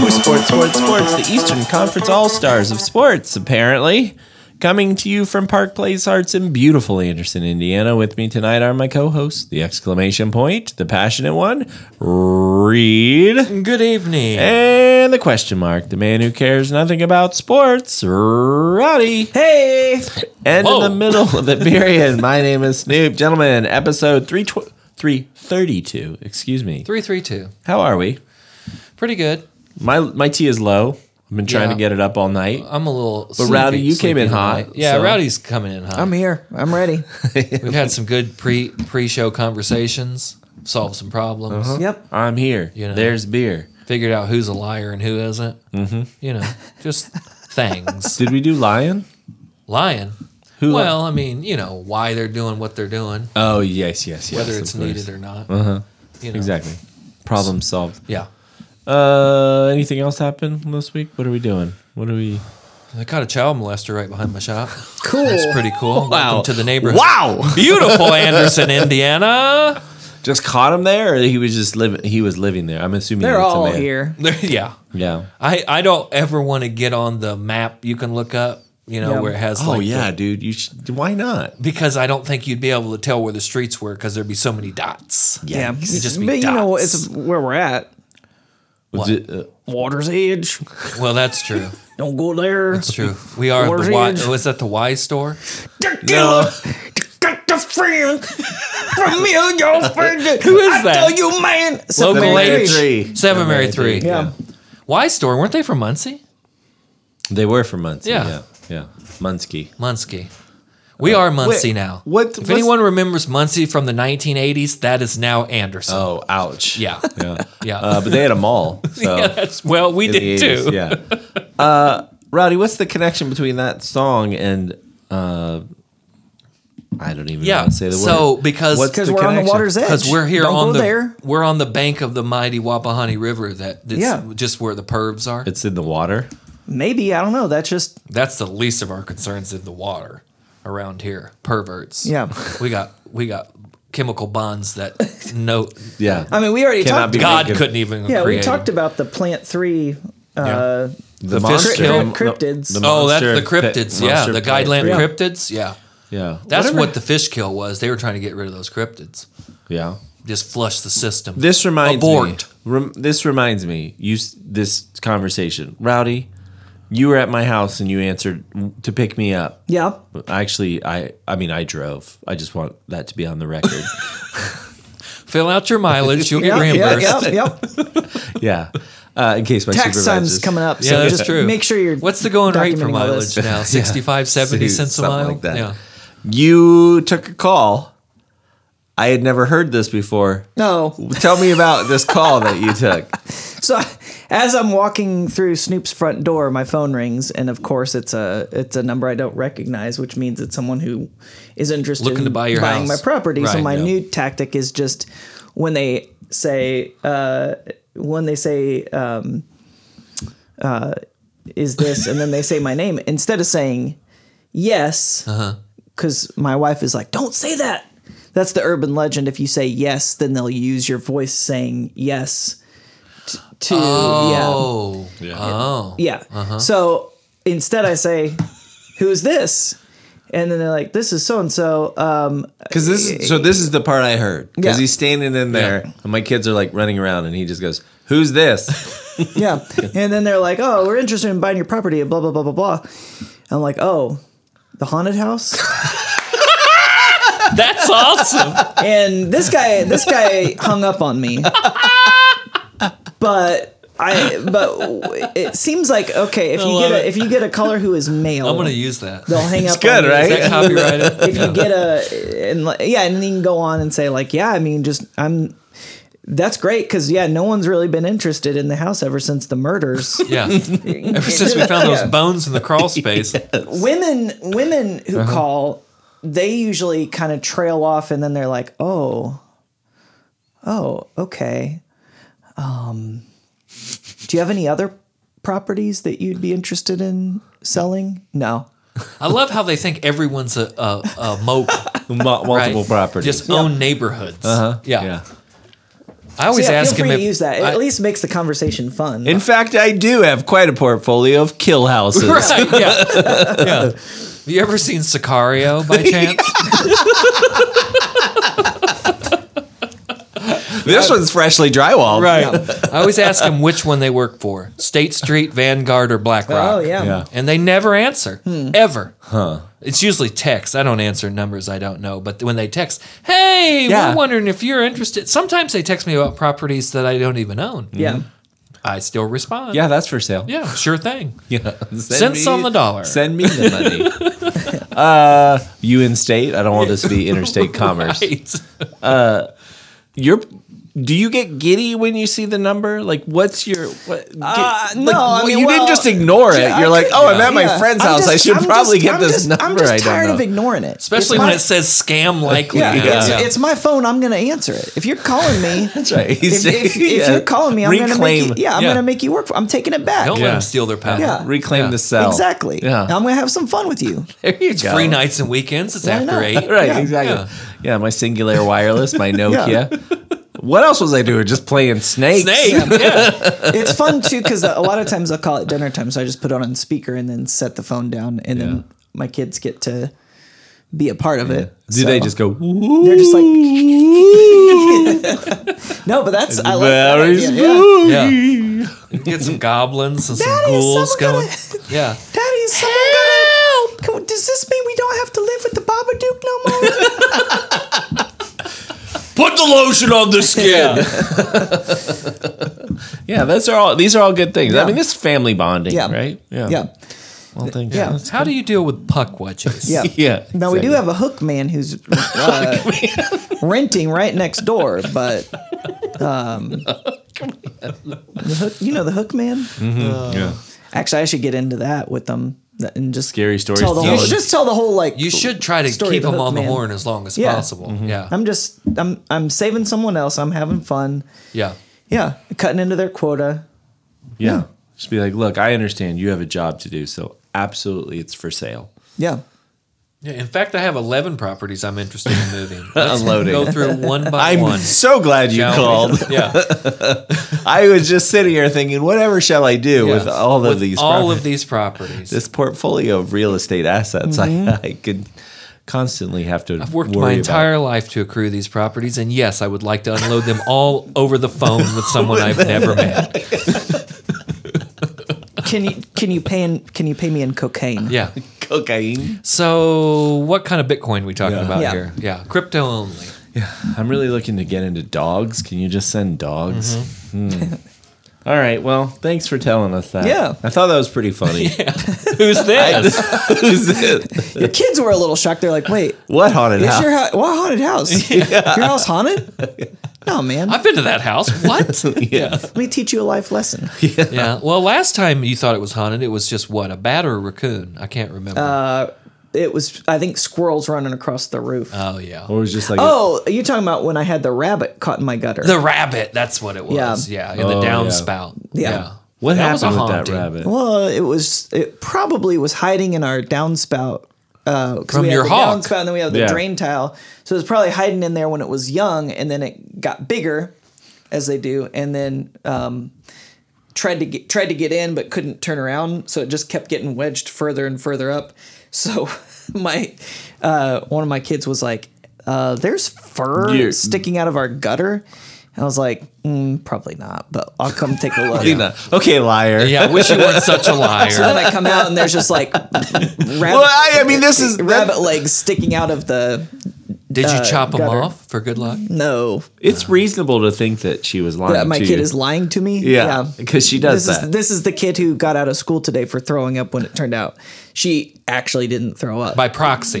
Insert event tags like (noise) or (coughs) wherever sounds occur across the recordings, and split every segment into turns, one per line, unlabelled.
Discord Sports, the Eastern Conference All Stars of Sports, apparently. Coming to you from Park Place Arts in beautiful Anderson, Indiana. With me tonight are my co hosts, the exclamation point, the passionate one, Reed,
Good evening.
and the question mark, the man who cares nothing about sports, Roddy.
Hey.
And
Whoa.
in the middle
(laughs)
of the period, my name is Snoop. Gentlemen, episode 312 332. Excuse me.
332.
How are we?
Pretty good.
My my tea is low. I've been trying
Yeah.
to get it up all night.
I'm a little. But
Rowdy, you came in hot,
Yeah,
so-
Rowdy's coming in hot.
I'm here. I'm
(laughs)
ready.
We've had some good pre pre show conversations, solved some problems,
Uh-huh.
yep.
I'm here.
You know.
There's beer.
figured out who's a liar and who isn't. Mm-hmm. You know, just
(laughs)
things.
Did we do lion?
Lying.
Who-
Well, I mean, you know, why they're doing what they're doing,
Oh yes, yes, yes.
whether
of
it's
course.
needed or not. Uh-huh. You know.
Exactly. Problem solved.
Yeah.
Uh, anything else happened this week? What are we doing? What are we?
I caught a child molester right behind my
(laughs)
shop.
Cool.
That's pretty cool. Welcome to the neighborhood.
Wow!
Beautiful Anderson, Indiana. (laughs)
just caught him there, or he was just living. He was living there. I'm assuming
They're
it's a
all
man.
here.
yeah.
Yeah.
I, I don't ever want to get on the map you can look up, you know,
Yeah.
where it has
Oh
like the-
yeah, dude. You should, why not?
because I don't think you'd be able to tell where the streets were because there'd be so many dots.
Yeah.
It'd just be
but you know,
dots.
it's where we're at.
Was
What?
it, uh,
Water's edge.
Well, that's true.
Don't go there.
It's true. We are at the Y.
Orange.
Oh, is that the Y store?
no.
Got the
(laughs)
friend. Familiar friend. Who
is
I
that?
tell you, man.
Local
Seven
lady.
days.
Three.
Seven Mary Three.
Yeah.
Y store. Weren't they from Muncie?
They were from Muncie.
Yeah.
Yeah. Yeah. Munsky.
Muncie. We are Muncie now.
what-
If
what's-
anyone remembers Muncie from the 1980s, that is now Anderson.
Oh, ouch.
Yeah.
Yeah.
Yeah.
Uh, but they had a
(laughs)
mall. So
yeah, that's, well, we
Oh. in the
did too.
80s, Yeah. Uh,
(laughs)
Rowdy, what's the connection between that song and uh, I don't even know
Yeah.
how to say the
so
word.
because
What's
Because
The
we're on the
connection.
water's edge.
because we're here
Don't
on
go
the
there.
we're on the bank of the mighty Wapahani River that that's
Yeah.
just where the pervs are.
it's in the water.
Maybe I don't know. That's just
that's the least of our concerns in the water around here. Perverts.
Yeah.
we got we got chemical bonds
(laughs)
that no
Yeah.
I mean, we already
Cannot
talked.
be-
God
Making-
couldn't even.
yeah, we
create
talked about the Plant Three. Uh,
the,
fish kill.
Cryptids.
them. Oh, that's
monster
the
pit-
cryptids. yeah,
monster
the
pit.
guideland
Yeah.
cryptids. Yeah,
Yeah.
that's
Whatever.
what the fish kill was. They were trying to get rid of those cryptids.
Yeah.
Just flush the system.
This reminds me.
abort.
Rem, this reminds me. You s- this conversation, Rowdy. You were at my house and you answered to pick me up.
yeah.
Actually, I I mean I drove. I just want that to be on the record.
Fill out your mileage. You'll get
Yeah. Yeah.
reimbursed.
Yeah.
(laughs)
Yep.
yeah. Uh, in case my
Tax time's
supervisor's
coming up.
Yeah,
so
that's
just
true.
Make sure you're.
What's the going rate for
documenting all this.
mileage
(laughs)
now? 65, 70 cents a
Something
mile?
like that.
Yeah.
You took a call. I had never heard this before.
No.
Tell me about this call that you
(laughs)
took.
(laughs) So as I'm walking through Snoop's front door, my phone rings, and of course it's a it's a number I don't recognize, which means it's someone who is interested
Looking to
in
buy your
buying
house.
my property. so
Right,
my
yeah.
new tactic is just when they say uh, when they say um, uh, is this, and then they say my name instead of saying yes, because my wife is like, don't say that. That's the urban legend. If you say yes, then they'll use your voice saying yes. t- To
Oh.
Uh, (laughs)
Oh.
yeah. Yeah. So instead, I say, "Who is this?" And then they're like, "This is so and so." Um,
Because this is so. This is the part I heard. Because
Yeah.
he's standing in there, and my kids are like running around, and he just goes, "Who's
(laughs)
this?"
yeah. and then they're like, "Oh, we're interested in buying your property." And blah blah blah blah blah. I'm like, "Oh, the haunted house."
That's awesome.
and this guy, this guy hung up on me. But I, but it seems like okay if you
love
get
it.
a if you get a caller who is male,
I'm going to use that.
they'll hang up.
good,
on you.
right?
Is that
(laughs)
copyrighted?
if you get a and like, yeah and then you can go on and say like yeah i mean just i'm that's great because yeah no one's really been interested in the house ever since the murders
Yeah. Ever since we found those bones in the crawl
(laughs)
space.
women women who
Uh-huh.
call they usually kind of trail off and then they're like oh oh okay um do you have any other properties that you'd be interested in selling no
I love how they think everyone's a, a, a moke.
Mul- multiple
right?
properties.
Uh-huh.
Just own neighborhoods. Yeah.
yeah.
I always
So yeah,
ask
feel free
him
to
if
use that. It
I-
at least makes the conversation fun.
In fact, I do have quite a portfolio of kill houses.
(laughs) (laughs) Right,
(laughs)
yeah. yeah. Have you ever seen Sicario by chance?
This one's freshly drywalled.
Right. I always ask them which one they work for State Street, Vanguard, or BlackRock.
oh yeah. Hmm.
Yeah.
And they never answer, ever. Huh. It's usually text. I don't answer numbers I don't know. But when they text, hey,
Yeah.
we're wondering if you're interested. Sometimes they text me about properties that I don't even own.
Yeah.
Mm-hmm.
I still respond.
Yeah, that's for sale.
Yeah, sure thing.
Yeah. Send
Cents on the dollar.
Send me the money. uh,
(laughs)
you in state? I don't want this to be interstate commerce.
(laughs) Right.
You're. Do you get giddy when you see the number? Like, what's your? What,
Uh,
get-
no,
like,
I mean,
you didn't
well,
just ignore it.
yeah, I
You're like,
could-
oh, I'm at my
Yeah.
friend's
I'm
house. I
just-
should
I'm
probably
just-
get
I'm
this
just-
number.
I'm just
I don't
tired
know.
of ignoring it.
Especially
It's
when
my-
it says scam likely.
Yeah, It's,
Yeah.
it's my phone. I'm gonna answer it. If you're calling me,
(laughs) That's right.
if,
(laughs)
if, if you're calling me, I'm gonna make
reclaim.
you, yeah, I'm
Yeah.
gonna make you work. For, I'm taking it back.
Don't
Yeah.
let them steal their power.
Yeah.
reclaim
Yeah.
the cell.
Exactly.
Yeah.
I'm gonna have some fun with you.
(laughs) There you
It's
go.
free nights and weekends. It's
Why
after
not? (laughs)
eight.
Right,
Yeah.
exactly.
Yeah.
Yeah. my singular wireless,
(laughs)
my Nokia. What else was I doing? Just playing snakes.
Snake. Yeah.
It's fun too because a lot of times I'll call it dinner time, so I just put it on speaker and then set the phone down, and
Yeah.
then my kids get to be a part of it.
Do
So
they just go?
(laughs) They're just like no, but that's I like that
Very
idea, yeah.
spooky.
Yeah. You Get some goblins and some
Daddy,
ghouls
someone
going.
gotta-
Yeah.
Daddy, someone Help! Got does this mean we don't have to live with the Babadook no
(laughs)
more?
Put the lotion on the skin.
Yeah, those are all. These are all good things. I
Yeah.
mean, this is family bonding,
Yeah.
right?
yeah,
Well, thanks.
Yeah.
How do you deal with puck wedges?
(laughs) yeah.
Yeah,
Now we
exactly.
do have a hook
(laughs)
man who's uh, renting right next door, but um,
(laughs)
the hook, you know the hook man.
Mm. yeah.
Actually, I should get into that with them th- and just
Scary stories
Tell the
to
whole,
tell.
just tell the whole like
You should try to
Story
keep
of the
them
hook
on the
man.
horn as long as
Yeah.
possible. Yeah.
I'm just I'm I'm saving someone else. I'm having fun.
yeah.
Yeah, cutting into their quota.
yeah. Just be like, look, I understand you have a job to do, so absolutely, it's for sale.
Yeah.
Yeah. In fact, I have 11 properties I'm interested in moving.
Unloading.
Go through one by
I'm (laughs)
one.
so glad you
shall we?
called. (laughs)
(laughs) Yeah.
I was just sitting here thinking, whatever shall I do with
yeah.
all of
With
these?
All
properties?
of these properties.
this portfolio of real estate assets I, I could constantly have to
I've worked my
worry
entire life to accrue these properties, and yes, I would like to unload them all over the phone with someone I've never met.
Can you can you pay in, can you pay me in cocaine?
Yeah.
about cocaine.
So, what kind of Bitcoin we talking
Yeah.
about
Yeah.
here? Yeah, crypto only.
I'm really looking to get into dogs. Can you just send dogs? Hmm. (laughs) All right. Well, thanks for telling us that.
Mm-hmm. Yeah.
I thought that was pretty
(laughs)
funny. (laughs)
Who's this?
Who's it?
Your kids were a little shocked. They're like, "Wait,
What haunted
Is
house?
your house what haunted
(laughs)
house? Your house haunted? No, man.
I've been to that house. What?
(laughs) yeah.
Let me teach you a life lesson.
(laughs)
(laughs)
yeah. Well, last time you thought it was haunted, it was just what a bat or a raccoon. I can't remember.
Uh, It was, I think, squirrels running across the roof.
oh yeah,
Or was just like
oh, you're talking about when I had the rabbit caught in my gutter?
the rabbit. That's what it was. Yeah,
Yeah.
in the
Oh, yeah.
downspout.
Yeah.
what
That was a
happened with that
haunting.
rabbit?
well, it was. It probably was hiding in our downspout. Uh, 'cause
From
we
your
have
hawk.
the downspout, and then we have the
Yeah.
drain tile. So it was probably hiding in there when it was young, and then it got bigger, as they do, and then um, tried to get tried to get in, but couldn't turn around. So it just kept getting wedged further and further up. (laughs) So my uh, one of my kids was like, uh, "There's fur
Yeah.
sticking out of our gutter," and I was like, mm, "Probably not, but I'll come take a
(laughs)
look."
Lena. Okay, liar.
Yeah, I wish you weren't such a
then
liar.
I come out and there's
(laughs)
just like rabbit,
Well, I, I mean, this is
(laughs) rabbit legs sticking out of the
Did
uh,
you chop them
gutter.
off for good
(laughs)
luck?
no.
It's reasonable to think that she was lying.
That my
to
kid
you.
is lying to me.
Yeah, because she does
This is
that.
this is the kid who got out of school today for throwing up when it turned out she actually didn't throw up.
By proxy.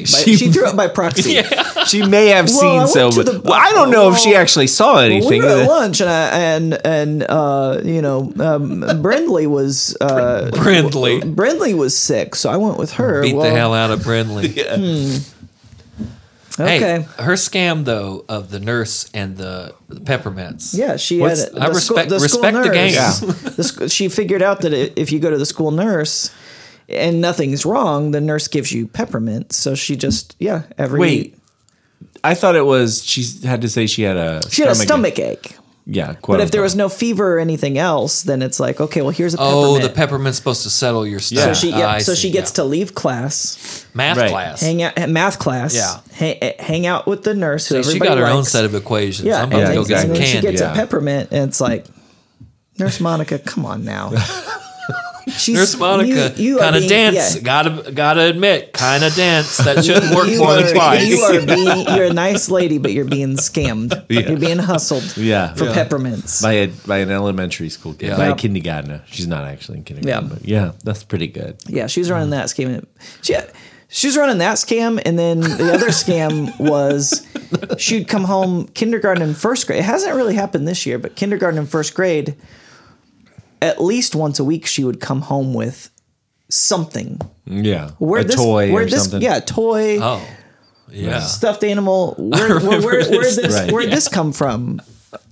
(laughs)
By-
she-
(laughs) she threw up by proxy.
she may have
Well, I
seen
went
so,
to
but
the- Oh.
well, I don't know if she
well,
actually saw anything.
We were at lunch, and I, and and uh, you know, um, Brindley was uh, (laughs)
Brindley.
Brindley was sick, so I went with her.
Beat
Well,
the hell out of
(laughs)
Brindley. Hey,
Okay.
her scam though of the nurse and the, the peppermints.
Yeah, she
What's-
had. it.
I respect- respect the
nurse-
gangs.
the sc- she figured out that i- if you go to the school nurse and nothing's wrong, the nurse gives you peppermint. So she just yeah every
Wait, I thought it was she had to say she had a
she had a stomach ache.
yeah.
But if there was no fever or anything else, then it's like, okay, well, here's a
Oh,
peppermint.
the peppermint's supposed to settle your
Yeah.
stuff.
So she,
Ah,
yeah,
I
so
see,
she gets
yeah.
to leave class,
math
Right.
class.
hang out at math class,
Yeah.
hang, hang out with the nurse who
See, she
everybody
got her own
likes.
set of equations.
Yeah,
I'm about
and,
to
then,
go get
and
some
then she
candy.
gets
yeah.
a peppermint, and it's like, Nurse Monica, come on now.
(laughs)
She's,
Nurse Monica,
you- you are
kind of
being-
dance.
yeah.
Gotta gotta admit, kind of dance. That
(laughs)
should work more
are,
than twice.
You are being, you're a nice lady, but
(laughs)
you're being scammed. You're being hustled
Yeah.
for
Yeah.
peppermints.
by a by an elementary school kid,
Yeah.
by
Yeah.
a kindergartner. She's not actually in kindergarten,
Yeah.
but yeah, that's pretty good.
Yeah, she was
Mm.
running that scam. She she was running that scam, and then the
(laughs)
other scam was she'd come home kindergarten and first grade. It hasn't really happened this year, but kindergarten and first grade, at least once a week, she would come home with something.
Yeah,
Where
a
this,
toy
where
or
this,
something.
yeah, toy,
Oh, yeah.
(laughs)
stuffed animal. Where where,
remember
where, where
this.
this
Right.
where would this come from?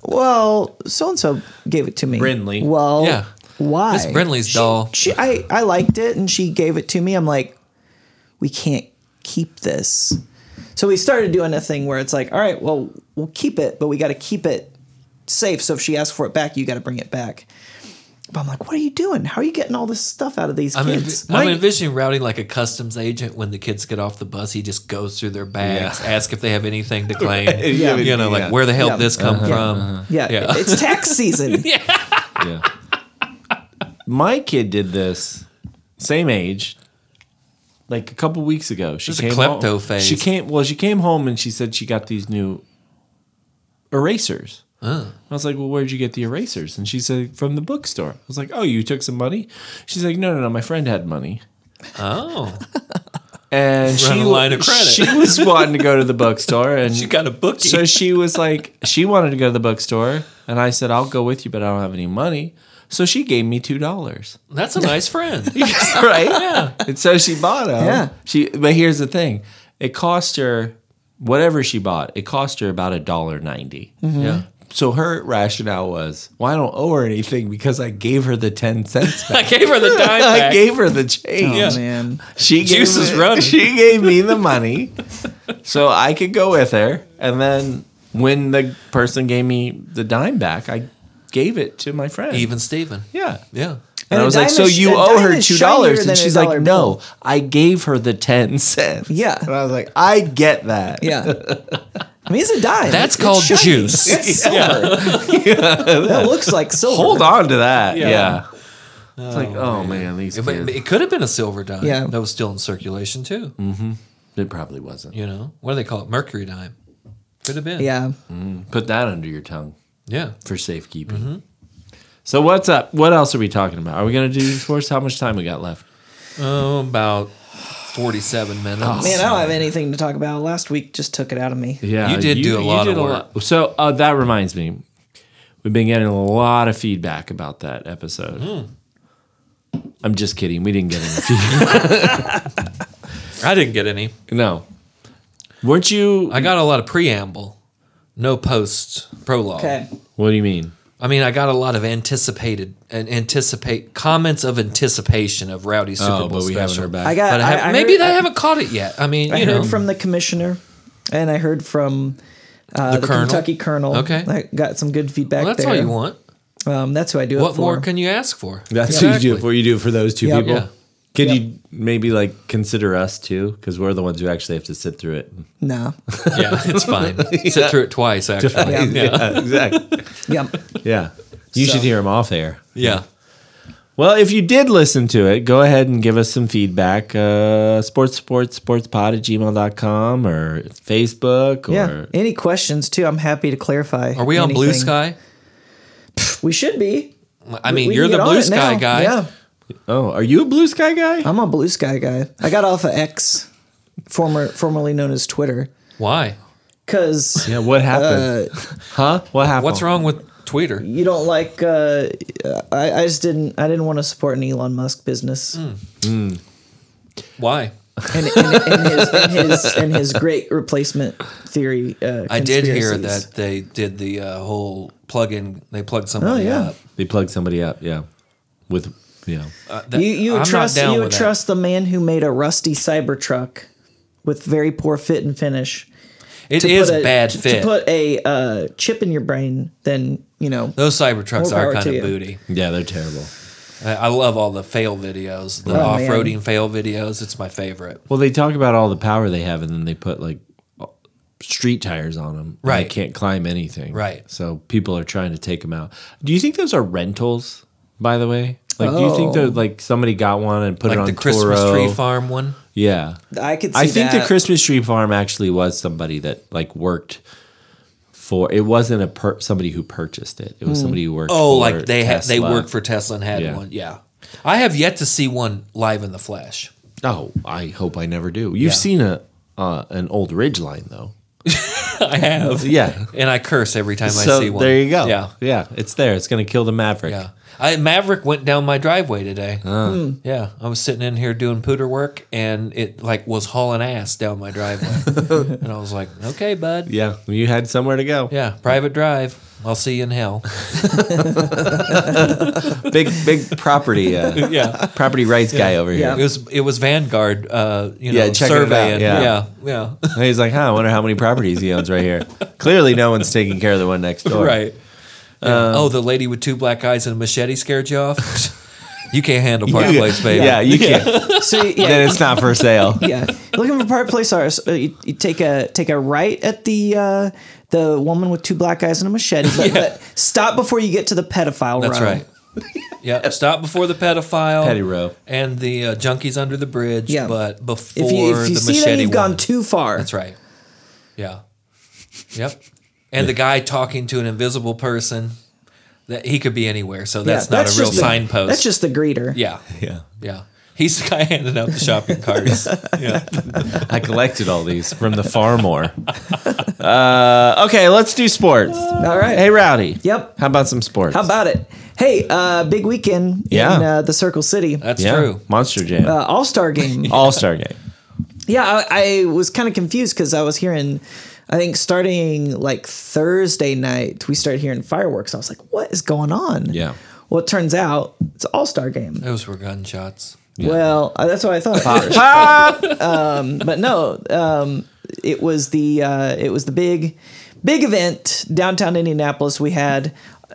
Well, so and so gave it to me.
Brindley.
Well,
Yeah.
why?
Miss Brindley's doll.
she I, I liked it and she gave it to me. I'm like, we can't keep this. So we started doing a thing where it's like, all right, well, we'll keep it, but we got to keep it safe. So if she asks for it back, you got to bring it back. But I'm like, what are you doing? How are you getting all this stuff out of these
I'm,
kids?
envi- I'm
Why-
envisioning routing like a customs agent when the kids get off the bus. He just goes through their bags, asks if they have
(laughs)
anything to claim.
Yeah.
You know,
Yeah. Uh-huh.
like where the hell
Yeah. Uh-huh.
did this come from?
yeah,
Yeah.
it's
(laughs)
tax season. Oh,
yeah. My kid did this, same age, like a couple weeks ago. She
There's a
came
klepto
home.
phase.
She came well. She came home and she said she got these new erasers. I was like, "Well, where'd you get the erasers?" And she said, "From the bookstore." I was like, "Oh, you took some money?" She's like, "No, no, no. My friend had money."
Oh,
and she
Run a line of credit.
She was wanting to go to the bookstore, and
(laughs) she got a bookie.
(laughs)
so she was like, she wanted to go to the bookstore, and I said, "I'll go with you, but I don't have any money." So she gave me two
(laughs)
dollars,
That's a nice
(laughs)
friend.
right? Yeah. And so she bought them.
Yeah.
She, but here's the thing: it cost her whatever she bought. It cost her about a dollar 90
Mm-hmm.
Yeah.
So her rationale was, "Well, I don't owe her anything because I gave her the ten cents back.
I gave her the
(laughs)
dime
I
back.
gave her the change."
Oh man,
She gave
Juice is
me-
running.
She gave me the money, so I could go with her. And then when the person gave me the dime back, I gave it to my friend. (laughs)
Even Steven.
yeah.
Yeah.
And,
And
I
a
was like,
dime
"So
is-
you
a
owe
dime
her
is
two
shinier
dollars?"
than
And
a
she's like,
dollar
"No, I gave her the ten cents."
Yeah.
And I was like, "I get that."
yeah. I mean, it's a dime.
That's
It's
called
shiny.
juice.
(laughs) That's silver. that looks like silver.
Hold on to that. Yeah.
Yeah.
It's like, oh man, these
But
kids.
it could have been a silver dime
Yeah. Mm.
that was still in circulation too.
It probably wasn't.
You know, what do they call it? Mercury dime. Could have been.
Yeah.
Put that under your tongue.
Yeah.
for safekeeping. So what's up? What else are we talking about? Are we gonna do sports? How much time we got left?
Oh, about 47 minutes.
Oh, Man, I don't have anything to talk about. Last week just took it out of me.
Yeah,
You did do a lot of work.
lot. So uh, that reminds me, we've been getting a lot of feedback about that episode. I'm just kidding. We didn't get any (laughs) feedback.
I didn't get any.
no, weren't you?
I got a lot of preamble, no post prologue.
Okay.
what do you mean?
I mean, I got a lot of anticipated and anticipate comments of anticipation of Rowdy
Oh,
Super Bowl special.
I got.
But I
I-
have,
I
maybe
heard,
they
I-
haven't caught it yet. I mean,
I,
you
heard
know,
from the commissioner, and I heard from uh,
The
the,
colonel?
Kentucky colonel.
Okay.
I got some good feedback.
well, that's
there.
all you want.
Um, that's who I do it
What
for.
more can you ask for?
That's
Exactly.
what you do it for. You do it for those two
Yep.
people.
Yeah.
Could
Yep.
you maybe like consider us too? Because we're the ones who actually have to sit through it.
no.
(laughs) yeah, it's fine. Sit through it twice, actually.
Yeah.
(laughs) (laughs) yeah exactly.
(laughs) yep.
Yeah. You should hear him off air.
Yeah.
Well, if you did listen to it, go ahead and give us some feedback. Uh, sports, sports, sportspod at gmail.com or Facebook or.
Yeah. Any questions too? I'm happy to clarify.
Are we on Blue
anything.
Sky?
We should be.
I mean,
We
you're
can
the
get on
Blue
it
Sky
now.
guy.
Yeah.
Oh, are you a Blue Sky guy?
I'm a Blue Sky guy. I got off of X, former formerly known as Twitter,
Why?
because
Yeah, what happened?
uh,
huh? What happened?
What's wrong with Twitter?
you don't like. Uh, I, I just didn't. I didn't want to support an Elon Musk business. (laughs)
Why?
and, and, and his and his and his great replacement theory. Uh,
I did hear
conspiracies.
that they did the uh, whole plug-in. They plugged somebody
Oh, yeah.
up.
They plugged somebody up, yeah. With, you know.
Uh, that-
you you
I'm
would
not
trust
down
you would
with that.
trust the man who made a rusty Cybertruck with very poor fit and finish.
It
to
is
put a-
bad
to-
fit.
To put a uh, chip in your brain, then you know.
Those Cybertrucks
More
are
power
kind
to
of
you.
booty.
Yeah, they're terrible.
I, I love all the fail videos, the
Oh, man.
off-roading fail videos. It's my favorite.
Well, they talk about all the power they have, and then they put like street tires on them. and
Right.
they can't climb anything.
Right.
So people are trying to take them out. Do you think those are rentals? By the way, like, do you think
Oh.
they're like somebody got one and put it
Like
on
the Christmas
Turo?
tree farm one.
Yeah,
I could. See
I think
that.
the Christmas tree farm actually was somebody that like worked for. It wasn't a per- somebody who purchased it. It was somebody who worked.
Oh,
for
like they ha- they
Tesla.
worked for Tesla and had
Yeah.
one. Yeah, I have yet to see one live in
(laughs)
the flesh.
Oh, I hope I never do. You've
Yeah.
seen a uh, an old ridge line though.
I have.
Yeah.
and I curse every time I
so
see one.
there you go.
Yeah,
yeah, it's there. It's gonna kill the Maverick.
yeah. I Maverick went down my driveway today. Yeah, I was sitting in here doing pooter work, and it like was hauling ass down
(laughs)
my driveway, and I was like, "Okay, bud. Yeah.
Yeah, you had somewhere to go.
private drive. I'll see you
(laughs)
in hell."
Big big property uh,
yeah.
property rights guy over
Yeah.
It was it was Vanguard, uh, you know,
Yeah, checking it out,
surveying.
yeah.
Yeah, yeah,
here. He's like, huh, I wonder how many properties he owns right here. Clearly no one's taking care of the one next door.
(laughs) right. Yeah.
Um,
oh, the lady with two black eyes and a machete scared you off. (laughs) you can't handle park
You-
place,
(laughs)
baby.
Yeah, you can't.
(laughs)
So yeah,
then it's not for sale.
(laughs) yeah. Looking for part place stars. uh, You, you take a take a right at the uh, the woman with two black eyes and a machete. But, but stop before you get to the pedophile.
That's
row.
right. yeah, stop before the pedophile,
Petty row.
and the uh, junkies under the bridge.
Yeah.
but before
If you if you
the
see
machete
that you've
one.
gone too far,
That's right. Yeah. Yep. And the guy talking to an invisible person, that he could be anywhere. So that's not a real
just the-
signpost.
That's just the greeter.
yeah,
Yeah.
yeah. He's the guy (laughs) handing out the shopping
(laughs)
carts. yeah.
I collected all these from the Farmore. Uh, okay, let's do sports.
All right.
Hey, Rowdy.
Yep.
How about some sports?
How about it? Hey, uh, big weekend
Yeah.
in uh, the Circle City. Uh,
That's
yeah,
true.
Monster Jam.
All Star
(laughs)
game.
All Star Game.
yeah, I, I was kind of confused because I was hearing, I think starting like Thursday night, we started hearing fireworks. I was like, what is going on?
Yeah.
Well, it turns out it's All Star game.
Those were gunshots.
Well, uh, that's what I thought. at first. but no, um, it was the uh, it was the big big event downtown Indianapolis. We had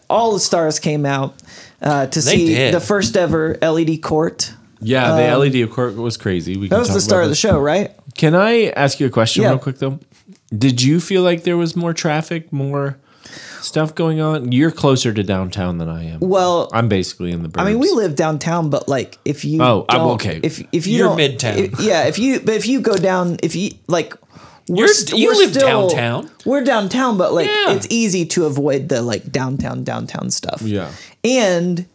all the stars came out uh, to
They
see
did.
the first ever LED court.
Yeah, the
E
LED court was crazy. We
um, That was the start of the show, right?
Can I ask you a question
Yeah.
real quick though? Did you feel like there was more traffic, more stuff going on? You're closer to downtown than I am.
Well,
I'm basically in the. Burbs.
I mean, we live downtown, but like if you
Oh, I'm
don't-
okay.
If if you
You're
don't-
midtown.
if- yeah, if you but if you go down, if you like. We're
You're-
st-
you
we're
live
still-
downtown.
We're downtown, but like
Yeah.
it's easy to avoid the like downtown downtown stuff.
Yeah.
and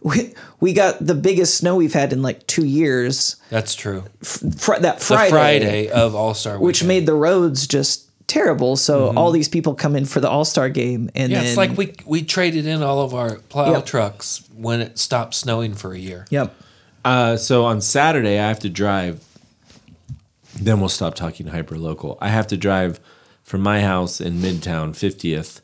we, we got the biggest snow we've had in like two years.
That's true.
Fr- that
The
Friday,
Friday, of All Star
which made the roads just terrible. So all these people come in for the All Star game,
Mm-hmm.
and
Yeah,
then
it's like we we traded in all of our plow
Yep.
trucks when it stopped snowing for a year.
yep,
Uh, so on Saturday, I have to drive. Then we'll stop talking hyper local. I have to drive from my house in Midtown 50th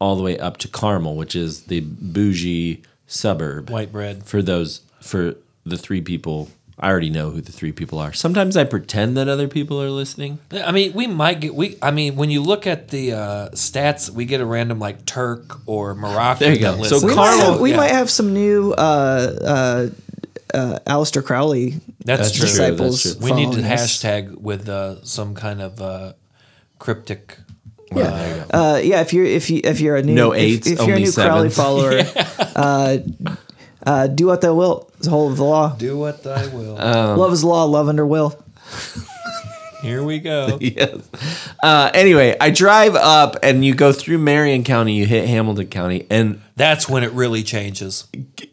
all the way up to Carmel, which is the bougie suburb.
White bread.
for those for the three people. I already know who the three people are. Sometimes I pretend that other people are listening.
I mean, we might get we. I mean, when you look at the uh, stats, we get a random like Turk or Moroccan.
There you go.
that
So
listens.
we,
Carmel-
might, have, we
Yeah.
might have some new uh, uh, uh, Aleister Crowley.
That's,
That's
true.
true.
disciples.
That's true.
We need to
following us.
hashtag with uh, some kind of uh, cryptic.
Yeah, uh, yeah. If you're if you if you're a new
No
if-
eights,
if, you're a
only
new Crowley
sevens.
follower,
(laughs)
uh, uh, do what thou wilt. It's the whole of the law.
Do what thy
(laughs)
will.
Uh, Um,
love is law. Love under will.
Here
(laughs)
we go.
yes. Uh, anyway, I drive up and you go through Marion County, you hit Hamilton County, and
That's when it really changes.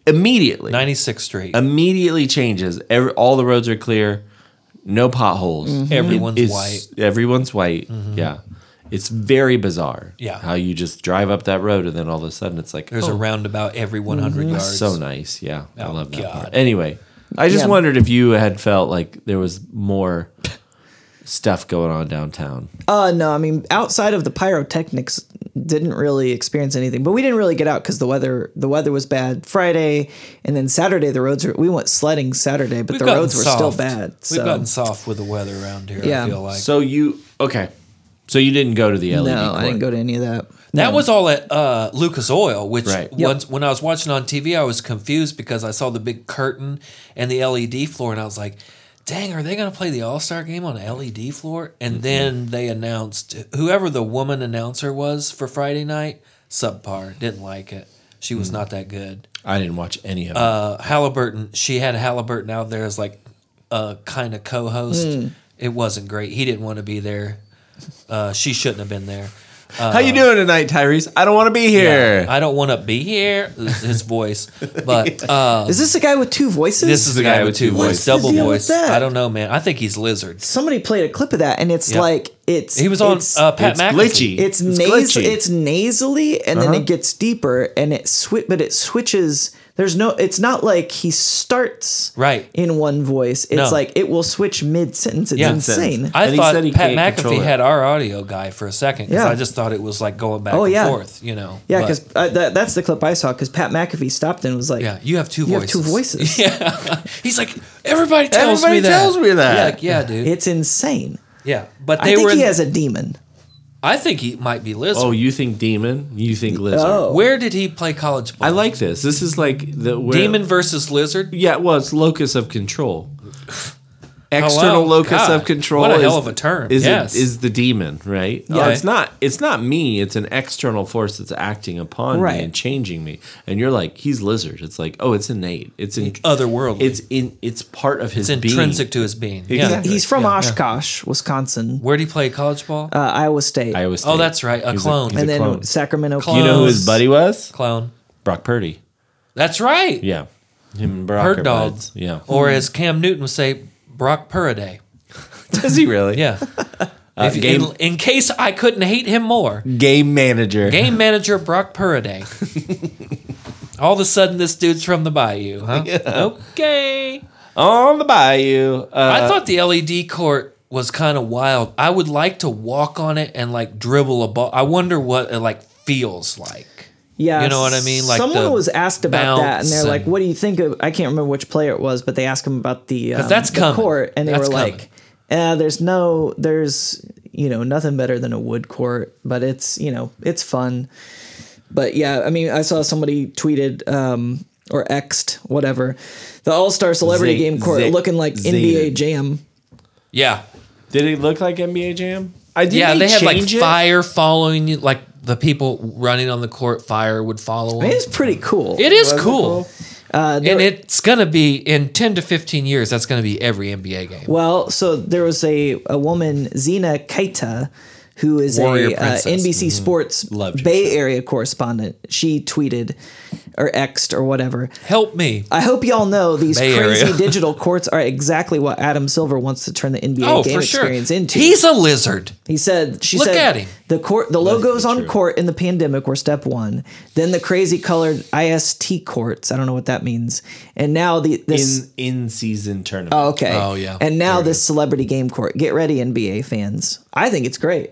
immediately,
96th Street.
immediately changes. Every, all the roads are clear, no potholes.
Everyone's
It's-
Mm-hmm. white.
Everyone's white. Mm-hmm. Yeah. It's very bizarre.
Yeah.
How you just drive up that road and then all of a sudden it's like,
There's
oh,
a roundabout every 100 yards.
Mm-hmm. So nice. Yeah. I
Oh,
love that
God.
part. Anyway, I just
Yeah.
wondered if you had felt like there was more stuff going on downtown.
Uh, no, I mean outside of the pyrotechnics, didn't really experience anything. But we didn't really get out because the weather the weather was bad Friday, and then Saturday the roads were. We went sledding Saturday, but
We've
the
gotten
roads were still
soft.
bad.
We've
So
gotten soft with the weather around here, I
Yeah.
feel like.
So you okay? So you didn't go to the E LED
No,
court.
I didn't go to any of that.
That was all at uh, Lucas Oil, which
Right. Yep.
once when I was watching on TV, I was confused because I saw the big curtain and the LED floor, and I was like, "Dang, are they going to play the All Star game on a LED floor?" And
Mm-hmm.
then they announced whoever the woman announcer was for Friday night subpar, didn't like it. She
Mm.
was not that good.
I didn't watch any of it.
Uh, Halliburton, she had Halliburton out there as like a kind of co-host.
Hmm.
It wasn't great. He didn't want to be there. Uh, she shouldn't have been there. Uh,
How you doing tonight, Tyrese? I don't want to be here.
I don't want to be here. is His voice,
(laughs)
but uh,
Is this a guy with two voices?
this is the guy with two
What's
voices,
the
double
deal with
voice.
that?
I don't know, man. I think he's lizard.
Somebody played a clip of that, and it's
Yeah.
like it's
He was on
it's,
uh, Pat
it's
McAfee.
glitchy.
it's
It's
nas-
glitchy.
it's nasally, and
Uh-huh.
then it gets deeper, and it swi- but it switches. There's no. It's not like he starts
Right.
in one voice. It's
No.
like it will switch mid sentence. It's
Yeah.
insane.
I
And he
thought
said he
Pat
can't control
McAfee
it.
had our audio guy for a second because
Yeah.
I just thought it was like going back
Oh,
and
yeah.
forth. You know.
yeah,
But,
because uh, that, that's the clip I saw. Because Pat McAfee stopped and was like,
yeah, you have two
"You have
voices.
two
(laughs)
voices.
Yeah, he's like everybody tells
Everybody
me that.
tells me that.
Yeah, like, yeah, dude.
It's insane."
yeah, but
I
they
think
were.
he has a demon.
I think he might be lizard.
oh, you think demon? You think lizard?
Oh,
Where did he play college ball?
I like this. This is like the where,
Demon versus lizard.
Yeah, well, it's locus of
(laughs)
control. External
Oh, wow.
locus
God.
of control.
What a
is,
hell of a term.
Is, it-
Yes.
is the demon right? Oh,
Yeah.
it's not. It's not me. It's an external force that's acting upon
Right.
me and changing me. And you're like, he's lizard. It's like, oh, it's innate. It's in,
Otherworldly.
It's in. It's part of his
It's intrinsic
being.
to his being. Yeah.
Exactly.
he's from Oshkosh, Wisconsin,
Where did he play college ball?
uh, Iowa State,
Iowa
oh,
State.
that's right. A
He's
clone.
he's
and then
clone.
Sacramento.
You know who his
Clones.
buddy was?
clone.
Brock Purdy.
That's right.
Yeah, him and Brock
Herd
are
dog.
buds. Yeah.
Or as Cam Newton would say, Brock Puraday.
(laughs) Does he really?
(laughs)
Yeah. if, you-
Uh, game-
in, in case I couldn't hate him more,
Game manager.
game manager
(laughs)
Brock Puraday. All of a sudden, this dude's from the Bayou,
(laughs)
huh? Okay.
on the bayou. Uh,
I thought the LED court was kind of wild. I would like to walk on it and like dribble a ball. I wonder what it like feels like.
Yeah,
You know what I mean? Like the
someone was asked about that, and
bounce
they're like,
and-
"What do you think of?" I can't remember which player it was, but they asked him about the, um,
that's
the
coming.
court, and they
That's
were like, uh, "There's no, there's you know nothing better than a wood court, but it's you know it's fun." But yeah, I mean, I saw somebody tweeted um, or X'd whatever the All Star Celebrity
Zing-
Game court
zing-
looking like
zing
NBA
it.
Jam.
Yeah.
did it look like NBA Jam? I did.
yeah, they, had like
change it?
fire following you, like the people running on the court. Fire would follow them.
It's pretty cool.
It is
Was it
cool, and it's gonna be in ten to fifteen years. That's gonna be every NBA game.
Well, so there was a, a woman, Zena Keita, who is
Warrior
a uh,
princess. Mm-hmm.
NBC Sports
Love
Bay Area correspondent. She tweeted or X'd or whatever.
Help me.
I hope y'all know these
Bay
crazy
Area. (laughs)
digital courts are exactly what Adam Silver wants to turn the NBA
Oh,
game
for sure.
experience into.
He's a lizard.
He said, "She
Look
said
at him.
the court, the logos on court in the pandemic were step one. Then the crazy colored IST courts. I don't know what that means. And now the this
in in season tournament.
Oh, okay.
Oh, yeah.
And now this celebrity game court. Get ready, NBA fans. I think it's great.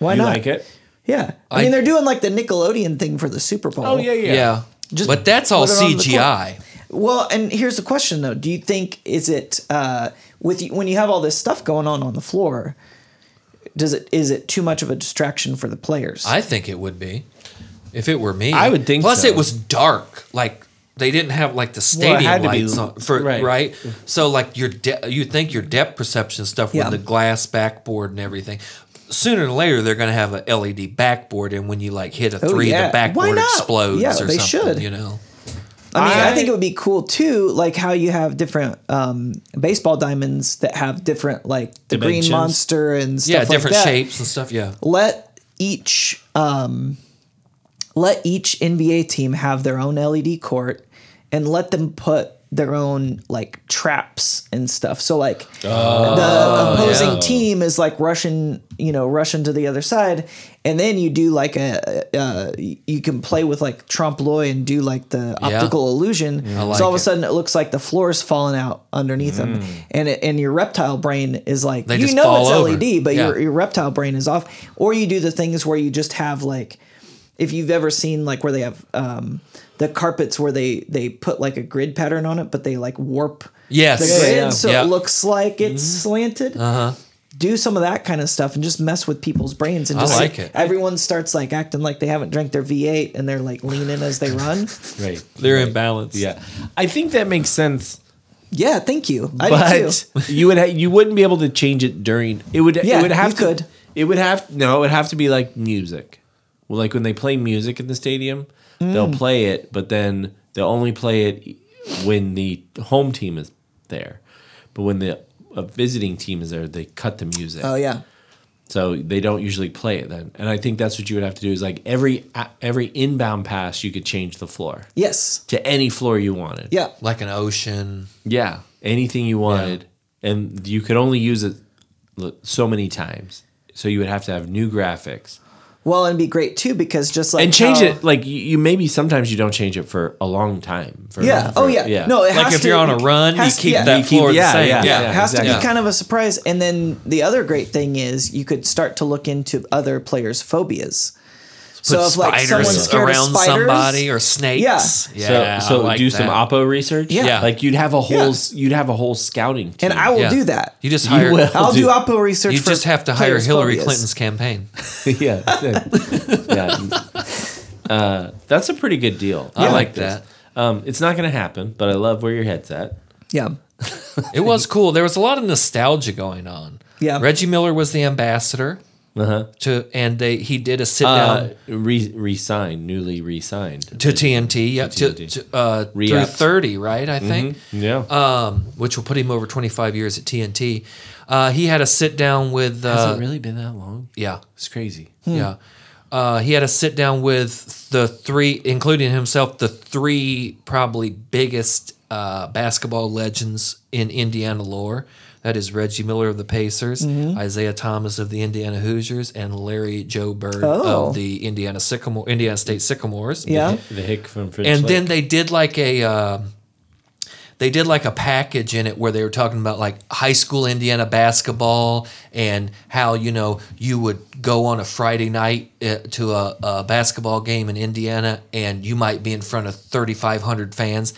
Why
you
not?
like it?
Yeah. I,
I-
mean, they're doing like the Nickelodeon thing for the Super Bowl.
Oh yeah, yeah.
Yeah. but that's all
put it on the court.
CGI.
Well, and here's the question though: Do you think is it uh, with you, when you have all this stuff going on on the floor? Does it is it too much of a distraction for the players?
I think it would be. If it were me,
I would think
Plus,
so.
it was dark. Like they didn't have like the
it
stadium
had to be-
lights on, for
right.
right. So like your de- you think your depth perception stuff
Yeah.
with the glass backboard and everything. Sooner or later, they're going to have a LED backboard, and when you like hit a
Oh,
three,
yeah.
the
Why
backboard
not?
explodes
Yeah,
or something.
they should.
You know,
I mean, I,
I-
think it would be cool too, like how you have different um, baseball diamonds that have different, like the
Dimensions.
green monster and stuff
yeah,
like
different
that.
shapes and stuff. Yeah,
let each um, let each NBA team have their own LED court and let them put their own like traps and stuff. So like the opposing
Oh, yeah.
team is like rushing, you know, rushing to the other side, and then you do like a uh, you can play with like trompe l'oeil and do like the
Yeah.
optical illusion.
like
so all of
it. Mm.
a sudden it looks like the floor is falling out underneath them, and it, and your reptile brain is like
They
you
just
know
fall
it's
over.
LED, but
Yeah.
your, your reptile brain is off. Or you do the things where you just have like, if you've ever seen like where they have um, the carpets where they they put like a grid pattern on it, but they like warp
Yes.
the
Yeah,
grid
yeah. Mm-hmm. Uh-huh.
so
Yeah.
it looks like it's slanted. Uh huh. do some of that kind of stuff and just mess with people's brains and
I
just
like it.
everyone starts like acting like they haven't drank their V8 and they're like leaning as
(laughs)
they run.
Right.
They're in balance.
Yeah. I think that makes sense.
yeah, thank you. I do
but
too.
you would ha- you wouldn't be able to change it during it would
Yeah,
it would have
you
to
could.
it would have no it would have to be like music well like when they play music in the stadium they'll
Mm.
play it but then they'll only play it when the home team is there but when the a visiting team is there they cut the music
Oh yeah.
so they don't usually play it then and I think that's what you would have to do is like every every inbound pass you could change the floor
Yes.
to any floor you wanted
Yeah.
Like an ocean.
yeah, anything you wanted, and you could only use it l- so many times. So you would have to have new graphics
Well, it'd be great too because just like
and change
how-
it. Like y- you, maybe sometimes you don't change it for a long time. For,
Yeah.
for-
oh yeah. No, it
Like
has
if
to-
you're on a run, you
has to-
keep
yeah.
that
You keep-
floor
yeah,
the same.
yeah, yeah.
It has to be
exactly.
kind of a surprise. And then the other great thing is you could start to look into other players' phobias.
Put
someone's
spiders
scared of
around
spiders-
somebody or snakes. Yeah.
so so
I like
do
that.
some oppo research.
Yeah.
Yeah.
Like you'd have a whole
Yeah.
s- you'd have a whole scouting team. (laughs)
and I will
Yeah.
do that.
You just hire.
will.
I'll do
Dude.
oppo research.
You
for
just have to hire
players'
Hillary Clinton's
phobias.
campaign.
yeah.
(laughs)
yeah. Uh, that's a pretty good deal.
I
Yeah.
like
this.
that.
Um, it's not going to happen, but I love where your head's at.
Yeah.
It was cool. There was a lot of nostalgia going on.
Yeah.
Reggie Miller was the ambassador
Uh-huh.
to, and they he did a sit
Uh,
down
re- re-signed, newly re-signed.
to TNT. Yeah, to,
TNT.
to, uh, through
Re-ups.
thirty, right?
Mm-hmm.
I think.
Yeah.
Um, which will put him over twenty five years at TNT. Uh, he had a sit down with. Uh,
Has it really been that long?
Yeah.
It's crazy.
Hmm.
Yeah. Uh, he had a sit down with the three, including himself, the three probably biggest uh, basketball legends in Indiana lore. That is Reggie Miller of the Pacers,
Mm-hmm.
Isaiah Thomas of the Indiana Hoosiers, and Larry Joe Bird
Oh.
of the Indiana Sycamore, Indiana State Sycamores.
Yeah.
The hick from Fritz
And
Lake.
then they did like a. um they did like a package in it where they were talking about like high school Indiana basketball and how you know you would go on a Friday night uh, to a, a basketball game in Indiana and you might be in front of 3,500 fans.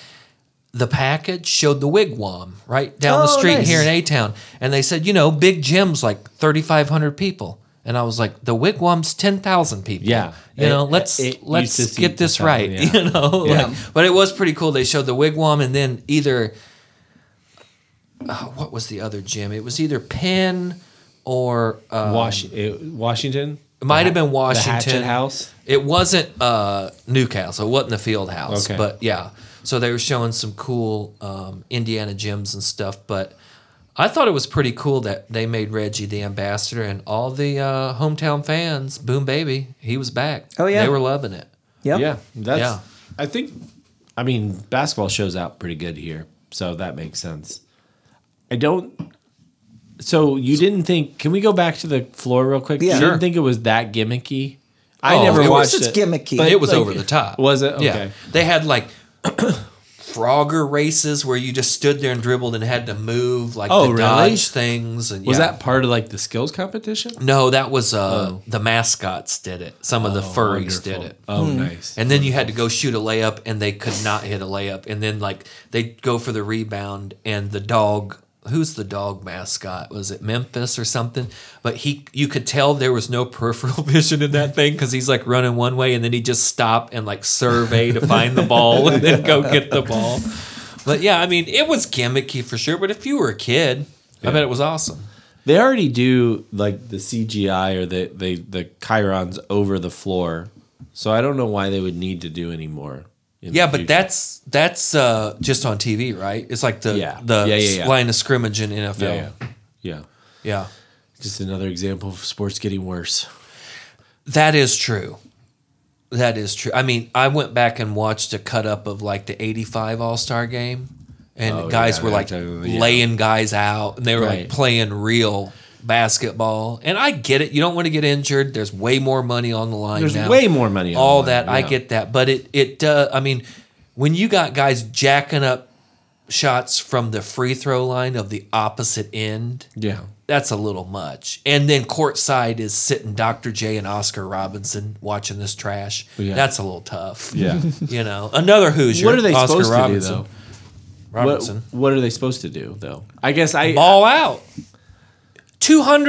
The package showed the wigwam right down the
Oh,
street
nice.
here in A Town, and they said you know Big Jim's like 3,500 people. And I was like, the wigwam's ten thousand people.
Yeah.
you know,
It-
let's
it used to
let's
seat
get this
the
right. (laughs)
thousand, yeah.
You know,
Yeah.
like, but it was pretty cool. They showed the wigwam, and then either uh, what was the other gym? It was either Penn or uh,
Wash- it- Washington.
it might have been
The
Washington
Hatchet House.
It wasn't uh, Newcastle. It wasn't the Field House.
Okay.
But yeah, so they were showing some cool um, Indiana gyms and stuff. But I thought it was pretty cool that they made Reggie the ambassador and all the uh, hometown fans. Boom, baby, he was back.
Oh, yeah.
they were loving it.
Yep.
Yeah. That's.
Yeah.
I think. I mean, basketball shows out pretty good here, so that makes sense. I don't. So you didn't think? Can we go back to the floor real quick?
Yeah.
You
Sure.
didn't think it was that gimmicky. I
Oh,
never
it was
watched
just
it.
gimmicky.
but,
it was
like,
over the top.
Was it? Okay.
Yeah. They had like (coughs) Frogger races where you just stood there and dribbled and had to move like
Oh,
the
really?
dodge things. And
Was
yeah.
that part of like the skills competition?
No, that was uh, the mascots did it. Some of the furries did
Wonderful.
it. Hmm.
Oh, nice.
And then you had to go shoot a layup, and they could not hit a layup. And then like they'd go for the rebound, and the dog. Who's the dog mascot? Was it Memphis or something? But he, you could tell there was no (laughs) peripheral vision in that thing because he's like running one way, and then he just stop and like survey to find the ball, (laughs) and then go get the ball. But yeah, I mean, it was gimmicky for sure. But if you were a kid, I bet it was awesome.
They already do like the CGI or the they the chirons over the floor, so I don't know why they would need to do any more. in the
Yeah, but
future.
that's that's uh, just on TV, right? It's like the
Yeah.
the
Yeah, yeah, yeah.
line of scrimmage in NFL.
yeah,
Yeah,
yeah, yeah. Just another example of sports getting worse.
that is true. That is true. I mean, I went back and watched a cut up of like the '85 All Star Game, and
Oh,
guys
yeah,
were
that
like
type of- yeah.
laying guys out, and they were like
Right.
playing real basketball. And I get it; you don't want to get injured. There's way more money on the line.
There's
now.
way more money. on
all
the line,
that. I
yeah.
get that, but it it does. I mean, when you got guys jacking up shots from the free throw line of the opposite end,
Yeah,
that's a little much. And then courtside is sitting Dr. J and Oscar Robinson watching this trash.
Yeah.
That's a little tough.
yeah.
(laughs) You know, another Hoosier.
(laughs) what are they
Oscar
supposed
Robinson.
to do
Robinson,
though? What, what are they supposed to do though? I guess I
ball out.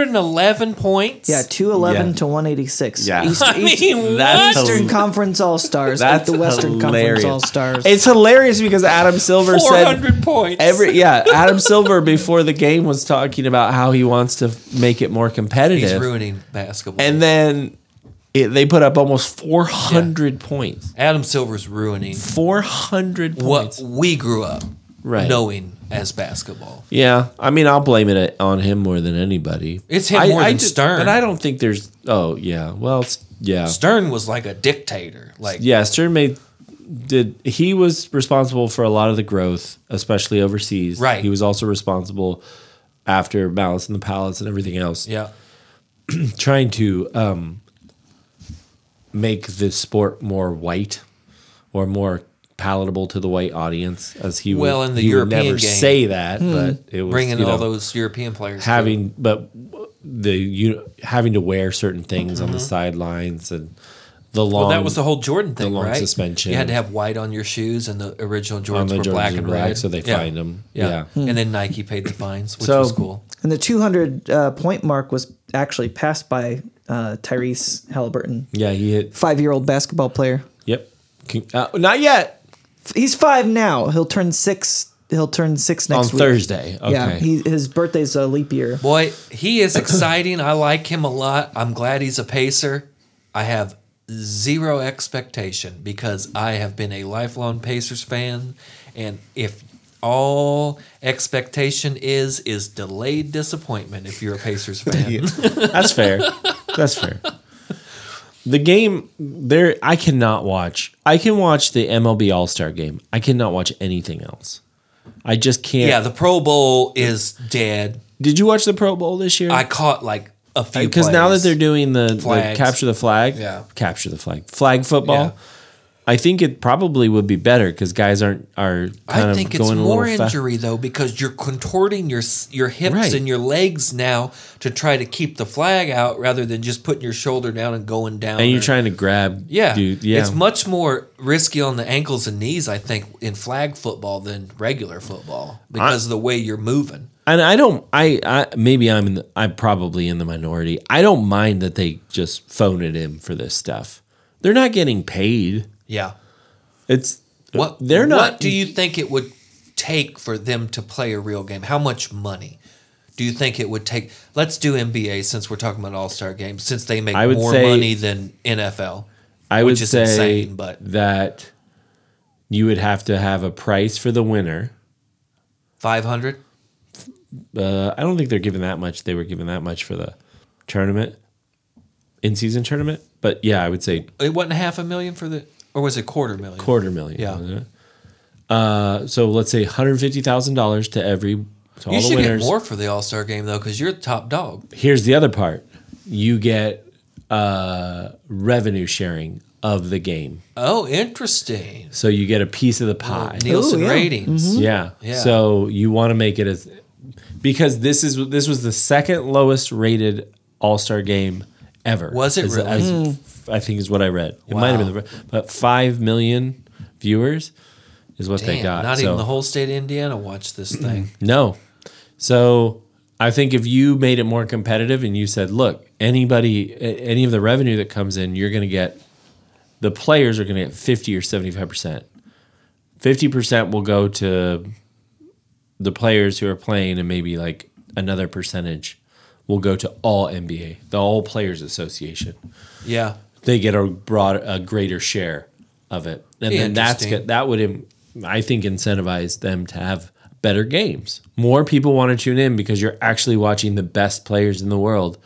211 points.
Yeah, 211
Yeah.
to 186.
Yeah.
East,
(laughs) I
East-
mean,
That's
what?
a-
Eastern Conference All Stars, like
That's
the Western
hilarious.
Conference All Stars.
It's hilarious because Adam Silver said
400 points.
every yeah. Adam Silver before the game was talking about how he wants to make it more competitive,
He's ruining basketball.
and then it, they put up almost 400 points.
Adam Silver's ruining
400
what
points.
we grew up
Right.
knowing as basketball.
Yeah, I mean, I'll blame it on him more than anybody.
It's him
I-
more
I
than
just-
Stern.
but I don't think there's. Oh yeah, well it's- yeah,
Stern was like a dictator. Like
yeah. Stern made did he was responsible for a lot of the growth, especially overseas.
Right.
He was also responsible after Malice in the Palace and everything else,
yeah.
trying to um, make the sport more white or more palatable to the white audience. As he would-
Well, in the
he would
European
never
game.
say that, but it was
bringing
you
all
know,
those European players. too.
having but the you having to wear certain things on the sidelines and the long
Mm-hmm. well, that was the whole Jordan thing,
long
right?
suspension.
You had to have white on your shoes, and the original
on
Jordans
the
were
Jordans
black
were
and red.
so they
Yeah.
fined them.
Yeah,
Yeah.
and then Nike paid the fines, which
So-
was cool.
and the 200 uh, point mark was actually passed by uh, Tyrese Halliburton,
yeah, he hit.
five year old basketball player.
Yep, Con- uh, not yet
He's five now. He'll turn six. He'll turn six next
on
week.
Thursday. Okay.
Yeah, he, his birthday's a leap year.
Boy, he is exciting. I like him a lot. I'm glad he's a pacer. I have zero expectation because I have been a lifelong Pacers fan. And if all expectation is is delayed disappointment if you're a Pacers fan.
That's fair. That's fair. The game there, I cannot watch. I can watch the MLB All Star Game. I cannot watch anything else. I just can't.
Yeah, the Pro Bowl is dead.
Did you watch the Pro Bowl this year?
I caught like a few
because now that
plays.
they're doing the, the
Flags.
capture the flag,
Yeah.
capture the flag, flag football.
Yeah.
I think it probably would be better because guys aren't are kind
I
of
think
going
it's
a
more
little fa-
injury though because you're contorting your s- your hips
Right.
and your legs now to try to keep the flag out rather than just putting your shoulder down and going down.
and
or-
you're trying to grab.
yeah,
dude, yeah.
It's much more risky on the ankles and knees, I think, in flag football than regular football because of the way you're moving.
and I don't. I, I maybe I'm in the, I'm probably in the minority. I don't mind that they just phone it in for this stuff. They're not getting paid.
Yeah.
It's
What
they're not.
What do you think it would take for them to play a real game? How much money do you think it would take? Let's do NBA since we're talking about All Star games, since they make
I would
more
say-
money than NFL.
I would
which is
say
insane, but-
that you would have to have a price for the winner.
Five hundred.
uh, I don't think they're given that much. They were given that much for the tournament, in season tournament. But yeah, I would say
It wasn't half a million for the, or was it quarter million?
quarter million.
Yeah.
wasn't it? Uh, so let's say one hundred fifty thousand dollars to every to
You
all the
should get
winners.
more for the All Star game though, because you're the top dog.
Here's the other part: you get uh, revenue sharing of the game,
Oh, interesting.
so you get a piece of the pie.
Nielsen
Ooh, yeah.
ratings.
Yeah.
Oh, Mm-hmm. Yeah.
So you want to make it as because this is this was the second lowest rated All Star game ever.
Was it
Is-
really? Hmm.
I, I think is what I read. It might have been,
Wow.
the, but five million viewers is what they
Damn,
got.
not even
So-
the whole state of Indiana watched
(clears throat)
this thing.
no. So I think if you made it more competitive and you said, look, anybody, a- any of the revenue that comes in, you're going to get, the players are going to get 50 or 75%. 50% will go to the players who are playing, and maybe like another percentage will go to all NBA, the All Players Association
yeah.
they get a broad a greater share of it and then that's
Interesting.
good that would im- i think incentivize them to have better games more people want to tune in because you're actually watching the best players in the world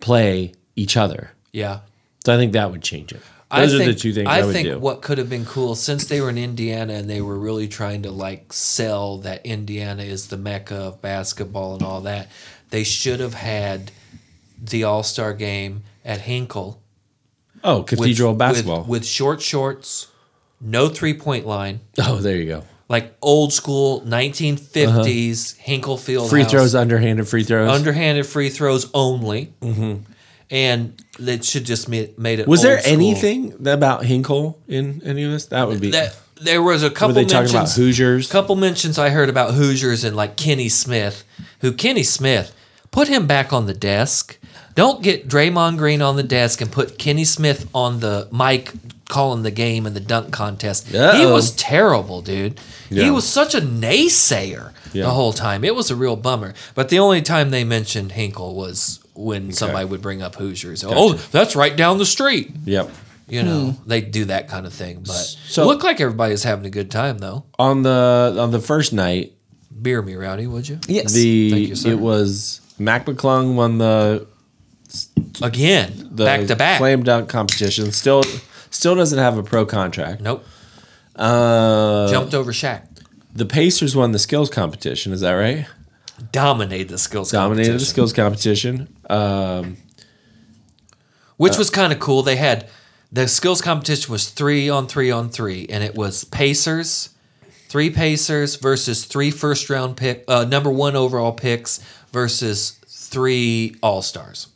play each other
Yeah.
so i think that would change it those are the two things i, would
think
do
what could have been cool since they were in Indiana and they were really trying to like sell that Indiana is the mecca of basketball and all that. They should have had the All Star game at Hinkle.
oh
with-
cathedral basketball
with, with short shorts, no three point line,
(laughs) oh there you go
like old school 1950s Hinkle Field
Uh-huh. free throws underhanded free throws
underhanded free throws only, and that should just made, made it.
Mm-hmm. was there
old school.
anything about hinkle in any of this that would be
that there was a
were
couple
they
mentions.
talking about hoosiers
couple mentions I heard about Hoosiers and like Kenny Smith, who Kenny Smith Put him back on the desk. Don't get Draymond Green on the desk and put Kenny Smith on the mic calling the game in the dunk contest. He
Uh-oh.
was terrible, dude. He
Yeah.
was such a naysayer
Yeah.
the whole time. It was a real bummer. But the only time they mentioned Hinkle was when somebody would bring up Hoosiers. Oh, that's right down the street.
Yep.
You know, they do that kind of thing. But
So-
looked like everybody was having a good time though.
On the on the first night,
Beer me, Rowdy, would you?
Yes.
the
Thank you, sir.
it was Mac McClung won the
Again,
the
back to back.
slam dunk competition. Still still doesn't have a pro contract.
Nope.
Uh,
Jumped over Shaq.
the Pacers won the skills competition. Is that right?
Dominated the skills
Dominated the
competition,
skills competition. Um, uh,
which was kind of cool. They had the skills competition was three on three on three, and it was Pacers, three Pacers versus three first round pick, uh, number one overall picks versus three All Stars.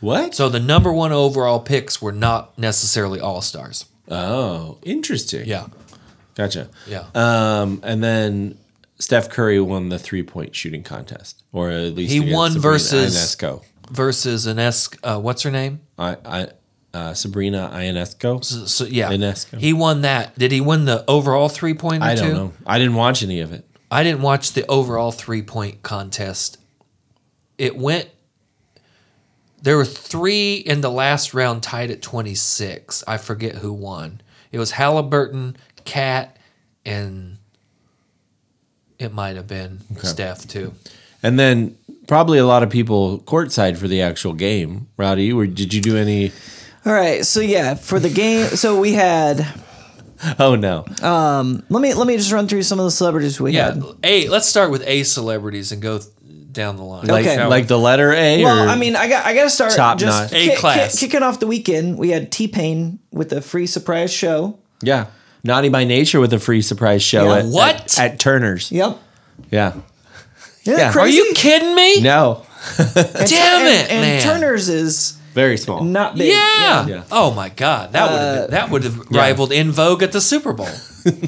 what?
So the number one overall picks were not necessarily All Stars.
oh, interesting.
Yeah,
Gotcha.
yeah.
Um, and then Steph Curry won the three point shooting contest, or at least
He
against
won
Sabrina
versus-
Ionesco.
versus an S. Uh, what's her name?
I, I, uh, Sabrina Ionesco.
So yeah,
Ionescu.
he won that. Did he win the overall three pointer?
I don't
too?
know. I didn't watch any of it.
I didn't watch the overall three point contest. It went. There were three in the last round tied at 26. I forget who won. It was Halliburton, Cat, and it might have been Steph, too.
And then probably a lot of people courtside for the actual game. Rowdy, or did you do any?
All right. So yeah, for the game, so we had.
Oh no,
Let me let me just run through some of the celebrities we
Yeah.
had.
A, let's start with A celebrities and go th- down the line.
like
okay.
like the letter A.
Well,
or-
I mean, I got I got to start
Top notch.
just
A class.
kicking off the weekend. We had T Pain with a free surprise show.
yeah, Naughty by Nature with a free surprise show.
Yeah.
at,
What?
at, at Turner's?
Yep.
Yeah,
Isn't that
Yeah. Are
Are
crazy?
you kidding me?
no,
Damn
and,
it,
And
man.
Turner's is
very small.
not big. Uh,
Yeah.
Yeah.
Oh my God, that would have been, that would have rivaled In Vogue at the Super Bowl.
(laughs)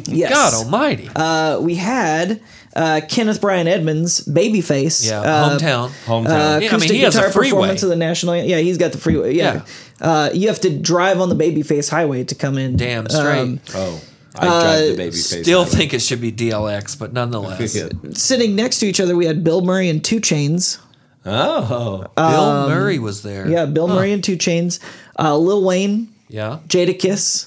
Yes.
God Almighty.
Uh, we had uh, Kenneth Bryan Edmonds, Babyface.
yeah,
uh,
hometown.
Hometown.
Uh,
Yeah, I mean,
acoustic
he has a
guitar
freeway.
performance of the national. an- Yeah, he's got the freeway. Yeah, Uh, you have to drive on the Babyface Highway to come in.
Damn straight.
Um,
oh, I tried the
uh,
baby face.
Still
out of it.
think it should be DLX, but nonetheless.
sitting next to each other, we had Bill Murray and Two Chains.
Oh,
Uh,
Bill Murray was there.
Um, Yeah, Bill Murray and Two Chains. Uh, Lil Wayne,
Yeah. (laughs)
Jadakiss.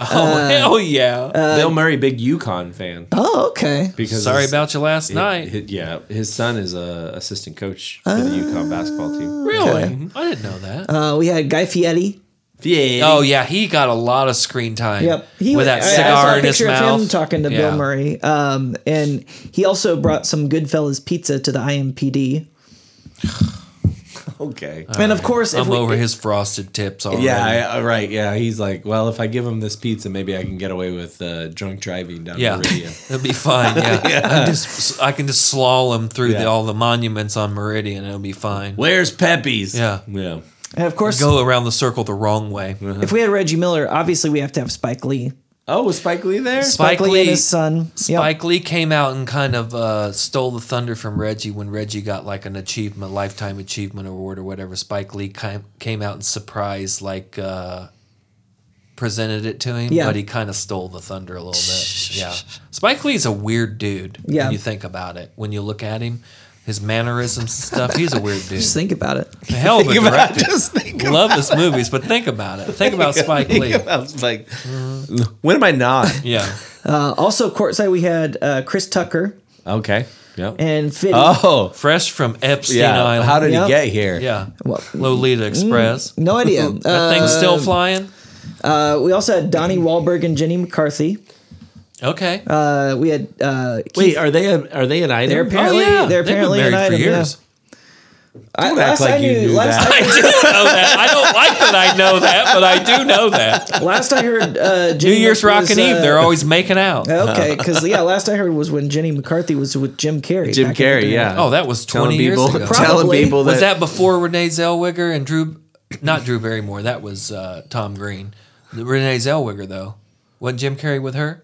Uh,
Oh, hell yeah.
Bill Murray, big Yukon fan.
Oh, okay.
Because
Sorry
his-
about you last
hi-
night.
hi- yeah, his son is a assistant coach for the Yukon basketball team.
really? I didn't know that.
Uh, we had Guy Fieri.
Yeah.
oh, yeah. He got a lot of screen time
Yep. He
with
was-
that
I- I saw
cigar
a
in his
picture
mouth.
Of him talking to
Yeah.
Bill Murray. Um, and he also brought some Goodfellas pizza to the IMPD.
okay.
and of course, if
I'm
we-
over his frosted tips already.
yeah, I, uh, right. Yeah, he's like, well, if I give him this pizza, maybe I can get away with uh, drunk driving down
Yeah,
Meridian.
(laughs) it'll be fine. Yeah, I, just, I can just slalom through the,
Yeah.
all the monuments on Meridian. It'll be fine.
Where's Pepe's?
Yeah.
yeah.
and of course,
Go around the circle the wrong way.
if we had Reggie Miller, obviously we have to have Spike Lee.
Oh, was Spike Lee there? (laughs)
Spike
Lee, and
Lee,
his son. Yep.
Spike Lee came out and kind of uh, stole the thunder from Reggie when Reggie got like an achievement, lifetime achievement award or whatever. Spike Lee came, came out and surprised, like uh, presented it to him,
Yeah.
but he kind of stole the thunder a little bit. Yeah, Spike Lee's a weird dude.
Yeah.
when you think about it, when you look at him, his mannerisms and stuff, he's a weird
(laughs)
dude.
Just think about it.
Hell of a
about,
director.
just think
Love his movies, but think about it. Think about Spike Lee. Mm-hmm.
about Spike. When am I not?
Yeah.
Uh, also, courtside we had uh, Chris Tucker
okay. Yep.
and Fitty.
Oh,
Fresh from Epstein
yeah.
Island.
How did
Yep.
he get here?
Yeah. Lolita Express.
no
(laughs)
idea.
That thing's
Mm. Uh,
still flying.
uh, we also had Donnie Wahlberg and Jenny McCarthy.
Okay.
Uh, we had uh, Keith-
Wait, are they a, are they an item?
They're apparently they're
They've been
apparently
married
an
for
item, yeah.
years.
I,
Don't act
last
like Oh,
I
you
knew,
knew
last,
(laughs) I do know that. I don't like that I know that, but I do know that.
(laughs) I, last I heard,
(laughs)
uh,
New
Jenny
Year's
was,
Rockin' Eve,
uh,
they're always making out.
(laughs)
(laughs)
okay. Because yeah, last I heard was when Jenny McCarthy was with Jim Carrey.
Jim
back in the
Carrey,
day.
yeah.
Oh, that was 20
telling
years
people, (laughs)
ago.
telling
Probably.
people that,
Was that before Renee Zellweger and Drew, not Drew Barrymore, that was uh, Tom Green. Renee Zellweger, though. Wasn't Jim Carrey with her?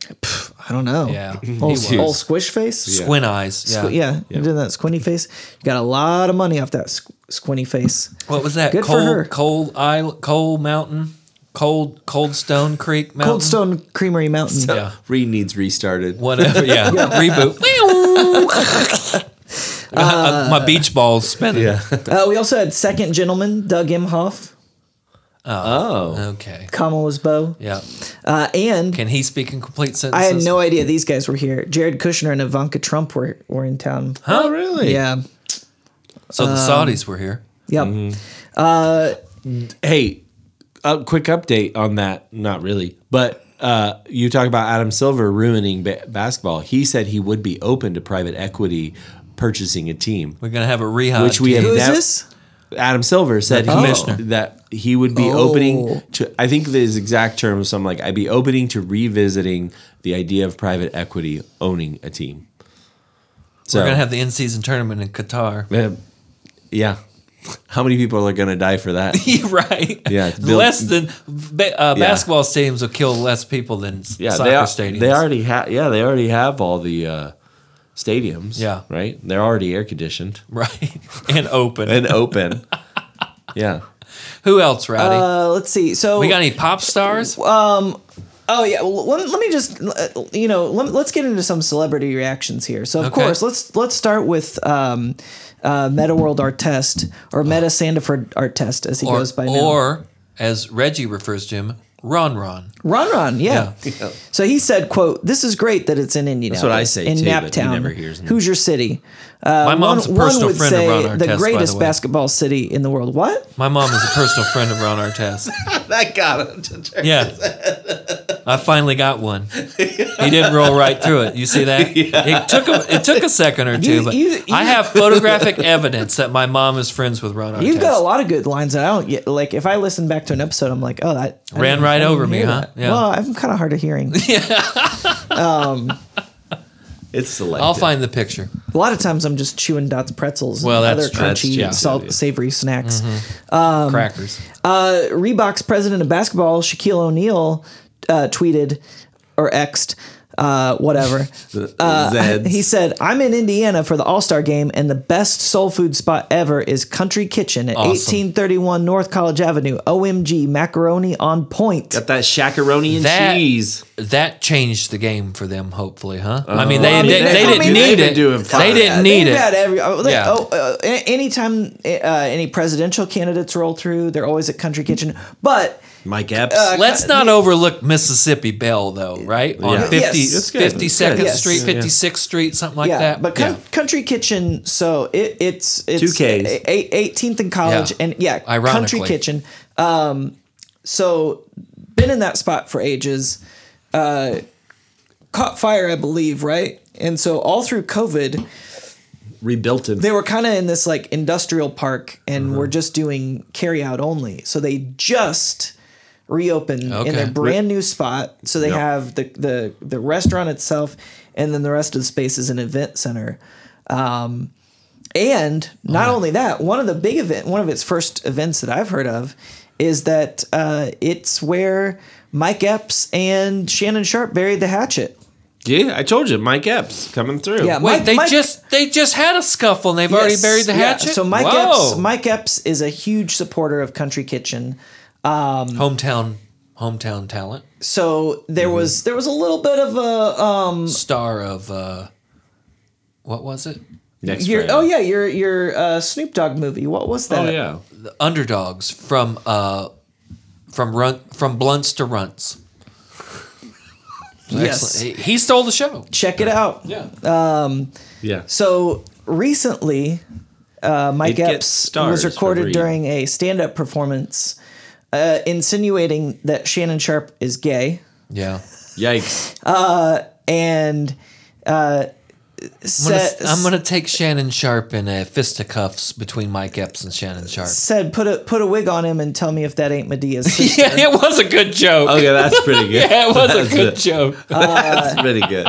I don't know.
Yeah. He
Old,
was.
old squish face.
Squint eyes. Yeah.
Squ- yeah. You did that squinty face. You got a lot of money off that squ- squinty face.
What was that?
Good for
cold,
her.
cold island, cold mountain, cold, cold stone creek mountain.
Cold Stone Creamery Mountain.
Yeah.
Reed needs restarted.
Whatever. Yeah. Reboot. Uh, my beach ball's spinning.
Yeah. (laughs)
Uh, we also had second gentleman Doug Imhoff.
Uh,
Oh.
Okay.
Kamala's bow.
Yeah.
Uh, and
Can he speak in complete
I
sentences?
had no idea these guys were here. Jared Kushner and Ivanka Trump were, were in town.
Oh, really?
Yeah.
So the Saudis were here.
Yep.
Hey, a quick update on that. Not really, but uh, you talk about Adam Silver ruining ba- basketball. He said he would be open to private equity purchasing a team,
We're gonna have a rehab.
which we have
Who is
now-
this?
Adam Silver said
The
he-
commissioner.
that he would be
Oh.
opening to. I think his exact terms. So I'm like, I'd be opening to revisiting the idea of private equity owning a team. So
we're gonna have the in-season tournament in Qatar. (laughs)
Uh, yeah. How many people are going to die for
(laughs)
that?
You're right.
Yeah, it's built-
less than ba- uh,
Yeah.
basketball stadiums will kill less people than s-
Yeah,
soccer
they are,
stadiums.
They already have. Yeah, they already have all the uh, stadiums.
Yeah.
right. They're already air conditioned
(laughs) right and open. (laughs)
and open. yeah,
Who else, Rowdy?
Uh, let's see. So
we got any pop stars?
Oh yeah, well, let, let me just uh, you know let, let's get into some celebrity reactions here. So of
Okay.
course let's let's start with um, uh, Meta World Artest or Meta Sandiford Artest as he
or,
goes by now.
or as Reggie refers to him, Ron Ron.
Ron Ron, yeah. So he said, "quote This is great that it's in Indianapolis.
what I say,
in
too, but he
Naptown.
never hears me.
Who's your city?
My mom's a personal
Uh, would
friend
say
of Ron Artest.
the
by
greatest
the way.
basketball city in the world. What?
My mom is a personal friend of Ron
(laughs)
Artest.
that got it.
Yeah. I finally got one. He didn't roll right through it. You see
(laughs)
that? It took a, it took a second or two,
You-
but
you-
I
you-
have photographic evidence that my mom is friends with Ron Artest.
You've got a lot of good lines that I don't get. Like if I listen back to an episode, I'm like, oh, that I
Ran
didn't-
right
I didn't
over me,
hear
huh?
that.
Yeah.
Well, I'm kind of hard
(laughs)
of hearing.
It's selective.
I'll find the picture.
A lot of times I'm just chewing Dots pretzels
Well,
and
that's Mm-hmm. true.
other crunchy,
That's- yeah.
salt, savory snacks. Um,
Crackers.
Uh, Reebok's president of basketball, Shaquille O'Neal, uh, tweeted or X'd, uh, whatever.
The
Uh,
Zeds.
he said, I'm in Indiana for the All Star game, and the best soul food spot ever is Country Kitchen at
Awesome.
1831 North College Avenue. OMG, macaroni on point.
got that shakaroni and
That-
cheese.
That changed the game for them, hopefully, huh? I mean, they,
Well, I mean,
they,
they-
they
I
didn't
Uh, mean,
need
they've been
it.
doing
They
fine.
didn't
They've
need
got
it.
every, oh, they-
Yeah.
oh, uh, a- anytime uh, any presidential candidates roll through, they're always at Country Kitchen. But
Mike Epps.
Uh,
Let's not overlook Mississippi Belle, though, right? On
Yeah.
50,
Yes. It's
good. It's
52nd
good.
Street,
Yes.
56th Street, something like
yeah,
that.
but coun- Country Kitchen, so it, it's it's
Two Ks.
a- a- 18th in college,
Yeah.
and yeah,
Ironically.
Country Kitchen. Um, so been in that spot for ages. Uh, caught fire, I believe, right? And so all through COVID,
rebuilt him.
they were kind of in this like industrial park, and were just doing carry out only. So they just reopened
Okay.
in their brand new spot. So they
Yep.
have the the the restaurant itself, and then the rest of the space is an event center. Um, And not only that, one of the big event, one of its first events that I've heard of, is that uh, it's where Mike Epps and Shannon Sharp buried the hatchet.
yeah, I told you, Mike Epps coming through.
Yeah,
Wait,
Mike-
they
Mike-
just they just had a scuffle and they've already
Yes,
buried the
yeah.
hatchet.
So Mike
Whoa.
Epps, Mike Epps is a huge supporter of Country Kitchen.
hometown hometown talent,
So there
Mm-hmm.
was there was a little bit of a um
star of uh, what was it?
Next
your,
Friday.
oh yeah your your uh, Snoop Dogg movie. What was that?
Oh yeah.
The underdogs from uh, from run from blunts to runts.
Yes.
Excellent. He, he stole the show.
Check it out.
Yeah,
Um,
Yeah.
So recently, uh, Mike
It gets
Epps
stars
was
for
recorded
reading.
during a stand up performance uh, insinuating that Shannon Sharp is gay.
yeah.
(laughs)
Yikes.
And uh,
I'm gonna,
said,
I'm gonna take Shannon Sharp in a fisticuffs between Mike Epps and Shannon Sharp.
said, put a, put a wig on him and tell me if that ain't Medea's sister.
(laughs) Yeah, it was a good joke.
Okay, that's pretty good.
Yeah, (laughs) it was
That's
a good joke.
That's pretty good.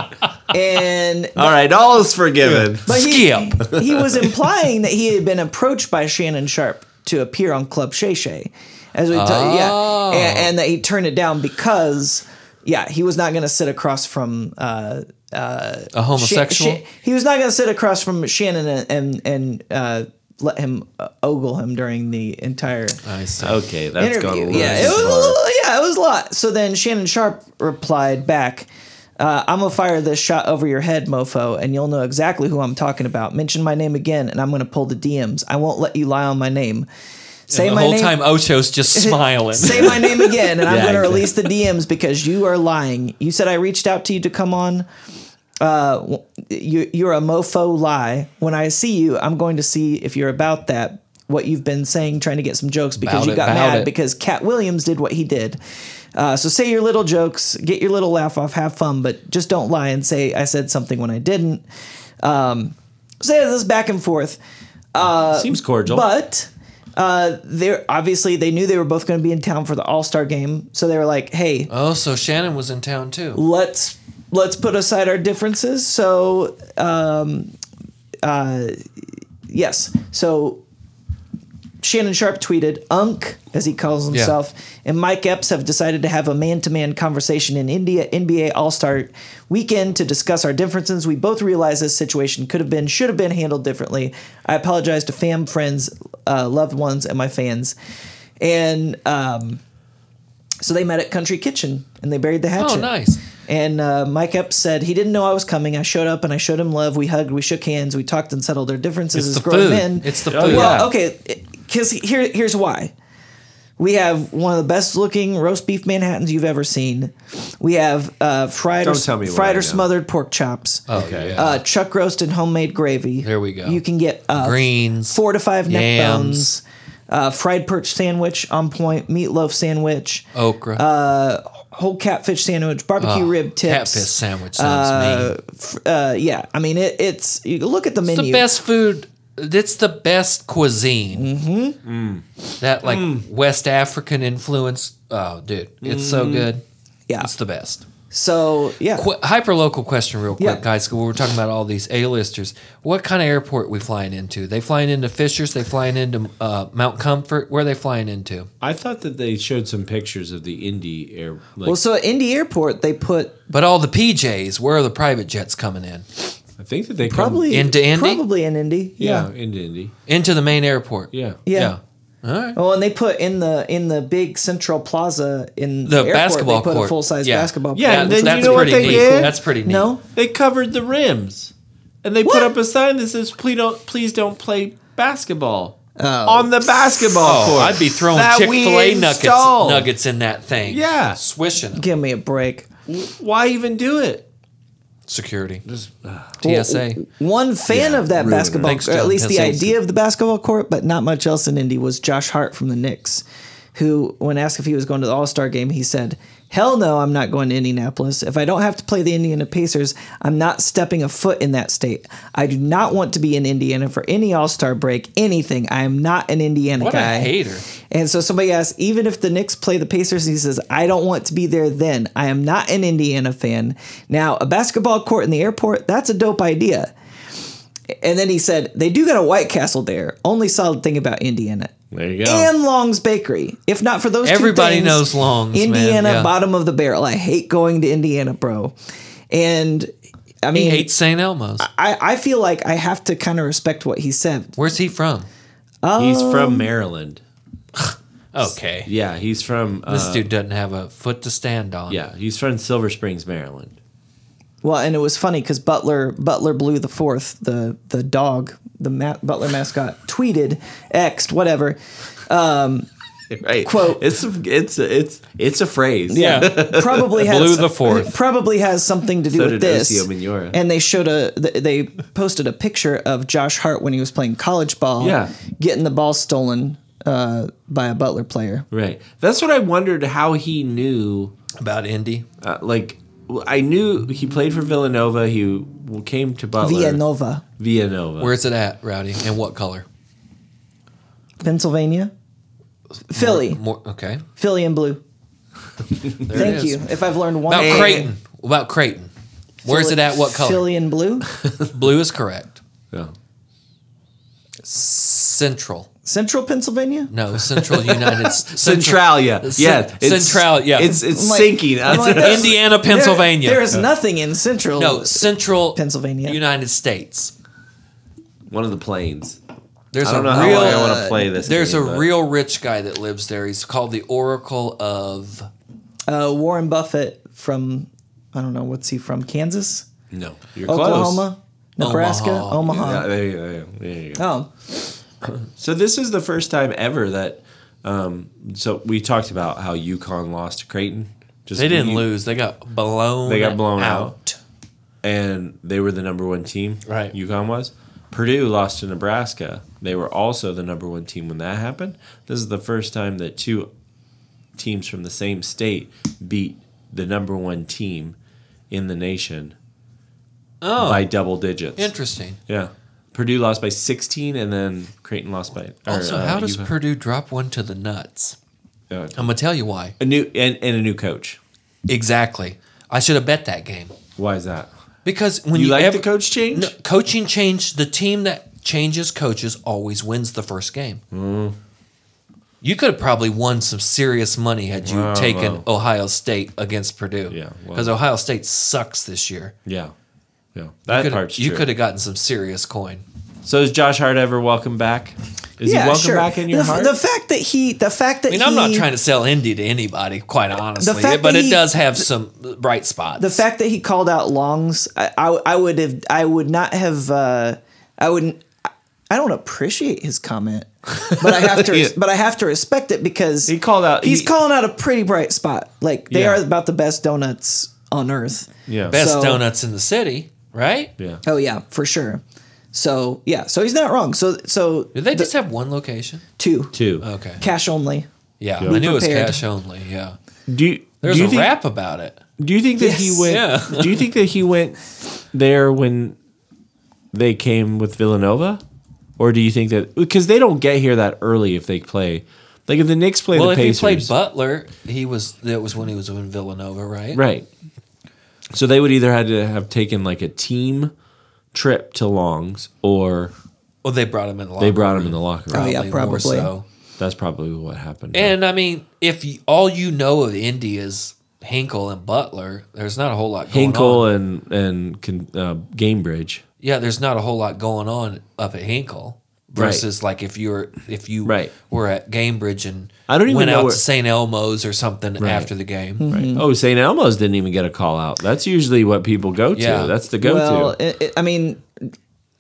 and
All right, all is forgiven.
but he,
Skip. (laughs)
he was implying that he had been approached by Shannon Sharp to appear on Club Shay Shay, as we ta-
Oh.
yeah, and, and that he turned it down because yeah, he was not going to sit across from uh,
A
Shan-
homosexual.
Shan- he was not going to sit across from Shannon and and, and uh, let him uh, ogle him during the entire
I see.
Okay, that's gone a
interview.
little
Yeah,
too
it was a
far.
little, yeah, it was a lot. So then Shannon Sharp replied back, uh, "I'm gonna fire this shot over your head, mofo, and you'll know exactly who I'm talking about. Mention my name again, and I'm gonna pull the DMs. I won't let you lie on my name. Say
the
my
whole
name."
time Ocho's
(laughs)
just smiling.
Say my name again, and
(laughs)
I'm
Yeah,
going to
exactly.
release the DMs because you are lying. You said I reached out to you to come on. Uh, w- you, you're a mofo lie. When I see you, I'm going to see if you're about that. What you've been saying, trying to get some jokes because
About
you
it,
got
about
mad
it.
because Cat Williams did what he did. Uh, so say your little jokes, get your little laugh off, have fun, but just don't lie and say I said something when I didn't. Um, so yeah, this back and forth.
Seems cordial.
uh, But uh, they're obviously they knew they were both going to be in town for the All Star game, so they were like, "Hey,
oh, so Shannon was in town too.
let's let's put aside our differences." So, um, uh, yes, so. Shannon Sharp tweeted, Unk, as he calls himself, and Mike Epps have decided to have a man to man conversation in India NBA All Star weekend to discuss our differences. We both realize this situation could have been, should have been handled differently. I apologize to fam, friends, uh, loved ones, and my fans. And um, so they met at Country Kitchen and they buried the hatchet.
Oh, nice.
And uh, Mike Epps said he didn't know I was coming. I showed up and I showed him love. We hugged, we shook hands, we talked and settled our differences
It's
as
the
grown
food.
men.
It's the
Oh,
food.
yeah.
Well, okay, because here, here's why. We have one of the best looking roast beef Manhattans you've ever seen. We have uh, fried, or,
Don't tell me what I
fried or
know.
smothered pork chops.
Okay.
Uh, chuck roast and homemade gravy.
Oh, There we go.
You can get uh,
Greens,
four to five neck
yams.
bones, uh, fried perch sandwich on point, meatloaf sandwich,
Okra.
uh, whole catfish sandwich, barbecue
Ah,
rib tips.
Catfish sandwich sounds mean.
Uh, yeah, I mean it, it's you look at the
It's
menu.
the best food. It's the best cuisine. Mm. Mm-hmm. That like West African influence. Oh, dude, it's
Mm.
so good.
Yeah.
it's the best.
So yeah,
Qu- hyperlocal question, real quick,
Yeah.
guys. 'cause We're talking about all these A-listers. What kind of airport we flying into? They flying into Fishers. They flying into uh, Mount Comfort. Where are they flying into?
I thought that they showed some pictures of the indie air. Like,
well, so at Indy Airport they put
But all the PJs. Where are the private jets coming in?
I think that they come-
probably
Into Indy?
probably in Indy.
yeah,
Yeah.
into indie.
Into the main airport.
Yeah,
yeah,
All right.
Oh, and they put in the in the big central plaza in
The
airport,
basketball
They put a
court.
full size
Yeah.
basketball.
Yeah,
court.
and then you
that's
know what
pretty
they
neat.
did?
That's pretty neat.
no,
They covered the rims, and they
What?
put up a sign that says, "Please don't, please don't play basketball."
Oh.
On the basketball
Oh,
court,
I'd be throwing
That
Chick
we
Fil A nuggets
installed.
nuggets in that thing.
Yeah.
swishing 'em.
give me a break.
Why even do it?
security.
Well,
TSA.
one fan of that basketball,
Thanks,
or at
John
least the
Pistons.
idea of the basketball court, but not much else in Indy, was Josh Hart from the Knicks, who, when asked if he was going to the All Star game, he said, Hell no, I'm not going to Indianapolis. If I don't have to play the Indiana Pacers, I'm not stepping a foot in that state. I do not want to be in Indiana for any All Star break, anything. I am not an Indiana
What
guy.
a hater.
And so somebody asked, even if the Knicks play the Pacers, he says, I don't want to be there then. I am not an Indiana fan. Now, a basketball court in the airport, that's a dope idea. And then he said, they do got a White Castle there. Only solid thing about Indiana.
There you
And Long's Bakery. If not for those
Oh. Everybody
two things,
knows Long's, man.
Indiana,
Yeah.
bottom of the barrel. I hate going to Indiana, bro. And I
He
mean,
hates St. Elmo's.
I, I feel like I have to kind of respect what he said.
Where's he from?
He's
um,
from Maryland.
Okay.
Yeah, he's from. Uh,
This dude doesn't have a foot to stand on.
yeah, he's from Silver Springs, Maryland. (laughs)
Well, and it was funny because Butler Butler Blue the Fourth, the the dog, the ma- Butler mascot, tweeted, Xed, whatever.
Right.
Quote.
It's a- it's a- it's it's a phrase.
Yeah. (laughs)
Probably has
Blue the Fourth.
Probably has something to do
So
with
did
this.
Osio Mignora.
And they showed a th- they posted a picture of Josh Hart when he was playing college ball,
Yeah.
getting the ball stolen uh, by a Butler player.
Right. That's what I wondered how he knew.
About Indy.
Uh, like I knew he played for Villanova. He came to Butler.
Villanova,
Villanova.
Where's it at, Rowdy? And what color?
Pennsylvania, Philly,
More. Okay.
Philly and blue.
There it
Thank
is.
you. If I've learned one
About
thing-
Creighton. About Creighton. Where's it at? What color?
Philly and blue.
Blue is correct.
Oh.
Central.
Central Pennsylvania?
No, Central
(laughs)
United States.
Centralia. yeah. It's,
Centralia, yeah.
It's it's
I'm like-
sinking.
I'm
(laughs)
like, that's-
Indiana,
there-
Pennsylvania.
There is nothing in Central.
no, Central
Pennsylvania.
United States.
One of the planes.
There's
I don't
a
know how
real
long I want to play this.
there's
game,
a
but-
real rich guy that lives there. He's called the Oracle of
Uh, Warren Buffett from I don't know what's he from Kansas,
no. You're
Oklahoma, Nebraska,
Omaha.
Omaha.
close. Oh, Yeah, there you go, there you go.
Oh,
So this is the first time ever that. Um, so we talked about how UConn lost to Creighton. Just
They didn't
beat-
lose. They got blown.
They got blown
out.
and they were the number one team.
Right.
UConn was. Purdue lost to Nebraska. They were also the number one team when that happened. This is the first time that two teams from the same state beat the number one team in the nation
Oh,
by double digits.
interesting.
yeah. Purdue lost by 16, and then Creighton lost by. or,
Also,
uh,
how does
UConn-
Purdue drop one to the nuts?
uh,
I'm gonna tell you why.
a new and, and a new coach?
Exactly. I should have bet that game
Why is that?
because when
You,
you,
like
ever,
the coach change?
No, coaching change. The team that changes coaches always wins the first game. You could have probably won some serious money had you
Wow,
taken
wow.
Ohio State against Purdue.
Yeah, well-
because Ohio State sucks this year.
Yeah, yeah.
You
That
could have-
part's
you
true.
could have gotten some serious coin.
So is Josh Hart ever welcome back? Is
yeah,
he welcome
sure.
back in your
the,
heart?
the fact that he, the fact that
I mean, I'm not
he-
trying to sell Indy to anybody, quite honestly,
fact
but
that
it
he-
does have some bright spots.
the fact that he called out longs i i, I would have i would not have uh i wouldn't I- i don't appreciate his comment but
(laughs)
i have to
Yeah.
but i have to respect it because
He called out-
he's
he-
calling out a pretty bright spot like they
Yeah.
are about the best donuts on earth
yeah.
best
so-
donuts in the city, right?
Yeah.
oh yeah for sure so yeah so he's not wrong so so
Do they just have one location?
two
Two.
Okay.
cash only
Yeah,
Yeah.
I knew it was
Prepared.
cash only. Yeah,
Do you,
there's
do
a
you think,
rap about it.
Do you think that he
Yes.
went?
Yeah.
do you think that he went there when they came with Villanova, or do you think that because they don't get here that early if they play, like if the Knicks play
Well,
the
if
Pacers,
he played Butler, he was that was when he was in Villanova, right?
right? So they would either had to have taken like a team trip to Long's, or
Well, they brought him in. The locker
they brought him
room,
in the locker room.
Oh, yeah,
more
probably.
That's probably what happened.
And I mean, if you, all you know of Indy is Hinkle and Butler, there's not a whole lot going on.
Hinkle and and Con- uh, Gamebridge.
yeah, there's not a whole lot going on up at Hinkle versus like if you're if you
Right.
were at Gamebridge and
I don't even
went
know
out
where-
to St. Elmo's or something after the game.
Mm.
Right. Oh, St. Elmo's didn't even get a call out. That's usually what people go to.
Yeah.
That's the go to.
well it, it- i mean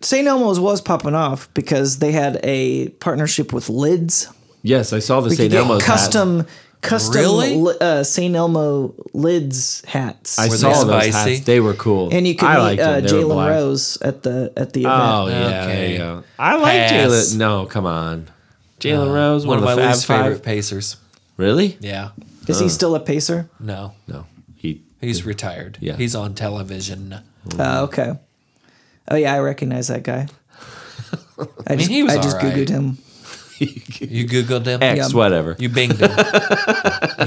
st elmo's was popping off because they had a partnership with lids
yes, I saw the
We could
St.
get
Elmo's hat.
custom custom
Really?
li- uh, St. Elmo lids hats.
I
Were
saw
they
those
spicy?
hats. They were cool.
and you could
I
meet
liked
uh,
them. They were
Jalen
black.
Rose at the at the event.
Oh yeah,
Okay.
there you go. I like
Pass.
Jalen. No, come on. Jalen Rose,
One of my
the
least
Fab Five.
favorite Pacers.
Really?
Yeah.
Oh,
Is
uh.
he still a pacer?
No.
No, he.
He's retired.
Yeah.
He's on television.
Mm.
Uh, okay. Oh yeah, I recognize that
(laughs)
guy. I, just
he was
I just
all right.
googled him.
You
(laughs)
Googled him?
X
Yeah.
whatever.
You binged him.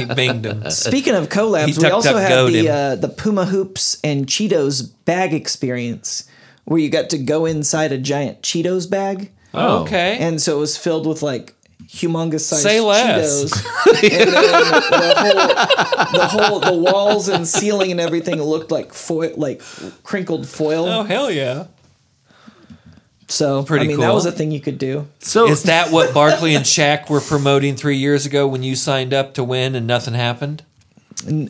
he binged him.
Speaking of
He
collabs, we
tucked
also
up
had
Goat him.
the uh, the Puma hoops and Cheetos bag experience, where you got to go inside a giant Cheetos bag.
Oh,
Okay.
and so it was filled with like humongous sized
Say less. (laughs)
Cheetos. and then the, whole, the whole the walls and ceiling and everything looked like foil, like crinkled foil.
oh, hell yeah.
so
pretty
I mean that
cool.
was a thing you could do.
So
Is that what Barkley and Shaq were promoting three years ago when you signed up to win and nothing happened?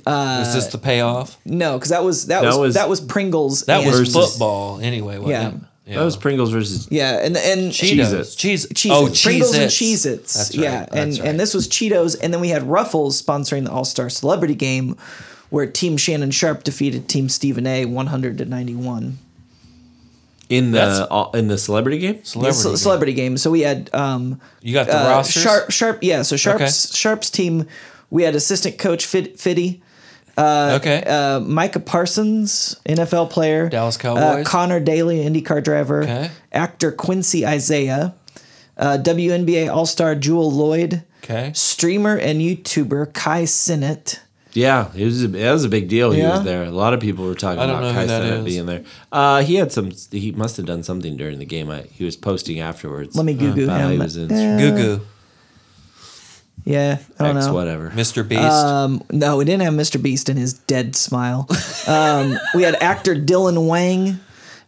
uh,
Is this the payoff?
No, because that was that,
That
was,
was-
that was Pringles.
That was
and-
versus-
football anyway,
Yeah.
wasn't it?
that was Pringles versus.
yeah, and and
Cheetos.
Cheez-Its.
Cheese.
Cheez-Its.
Oh,
Pringles and
Cheez-Its.
Cheez-Its.
That's right.
Yeah, and
That's right.
and this was Cheetos, and then we had Ruffles sponsoring the All Star Celebrity Game, where Team Shannon Sharp defeated Team Stephen A. one hundred to ninety one.
in
That's-
the uh, all in the celebrity game.
Yeah,
Celebrity.
ce- celebrity game. So we had um,
You got the
uh,
rosters?
Sharp, Sharp, yeah. So Sharp's Sharp's team. We had assistant coach Fit, Fitty,
okay.
uh, Micah Parsons, NFL player,
Dallas Cowboys.
uh, Connor Daly, IndyCar driver,
Okay.
actor Quincy Isaiah, uh, WNBA All Star Jewel Lloyd,
okay.
streamer and YouTuber Kai Sinnott,
Yeah, it was a, that was a big deal. He
Yeah?
was there. A lot of people were talking
I don't
about
know who that
Kaisen
is.
being there. Uh, he had some. He must have done something during the game. I, he was posting afterwards. Uh,
Let me Google
about how
him.
He was in
Yeah.
Goo Goo,
Yeah, I don't
X
know.
whatever.
Mr. Beast.
Um, no, we didn't have Mr. Beast and his dead smile. Um, we had actor Dylan Wang.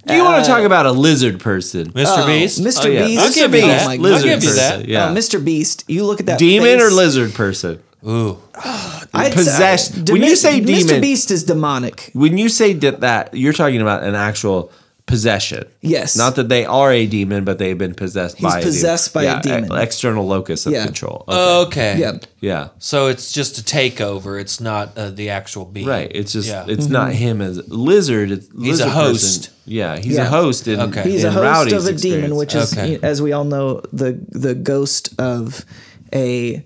Do you want to talk about a lizard person?
Mr.
uh,
Beast.
Mr.
Oh, yeah.
Beast.
I'll give you
oh
that.
my
I'll
goodness.
give you that.
person, Yeah.
Oh, Mr. Beast, you look at that
demon
face.
or lizard person?
Ooh,
I'd say-
Possessed.
Demi-
When you say
Mr.
demon-
Beast is demonic.
When you say di- that, you're talking about an actual possession.
Yes.
Not that they are a demon, but they've been possessed
He's
by a
possessed by
demon.
a
Yeah, e,
demon.
external locus of
Yeah.
control. Okay.
okay.
Yeah.
yeah.
So it's just a takeover. It's not uh, the actual being.
Right. It's just
Yeah.
it's
Mm-hmm.
not him as lizard. It's
He's a
lizard
host.
person. Yeah, he's
Yeah.
a host. In,
Okay.
in
He's a host
Rowdy's
of a demon,
experience.
which is,
Okay.
as we all know, the the ghost of a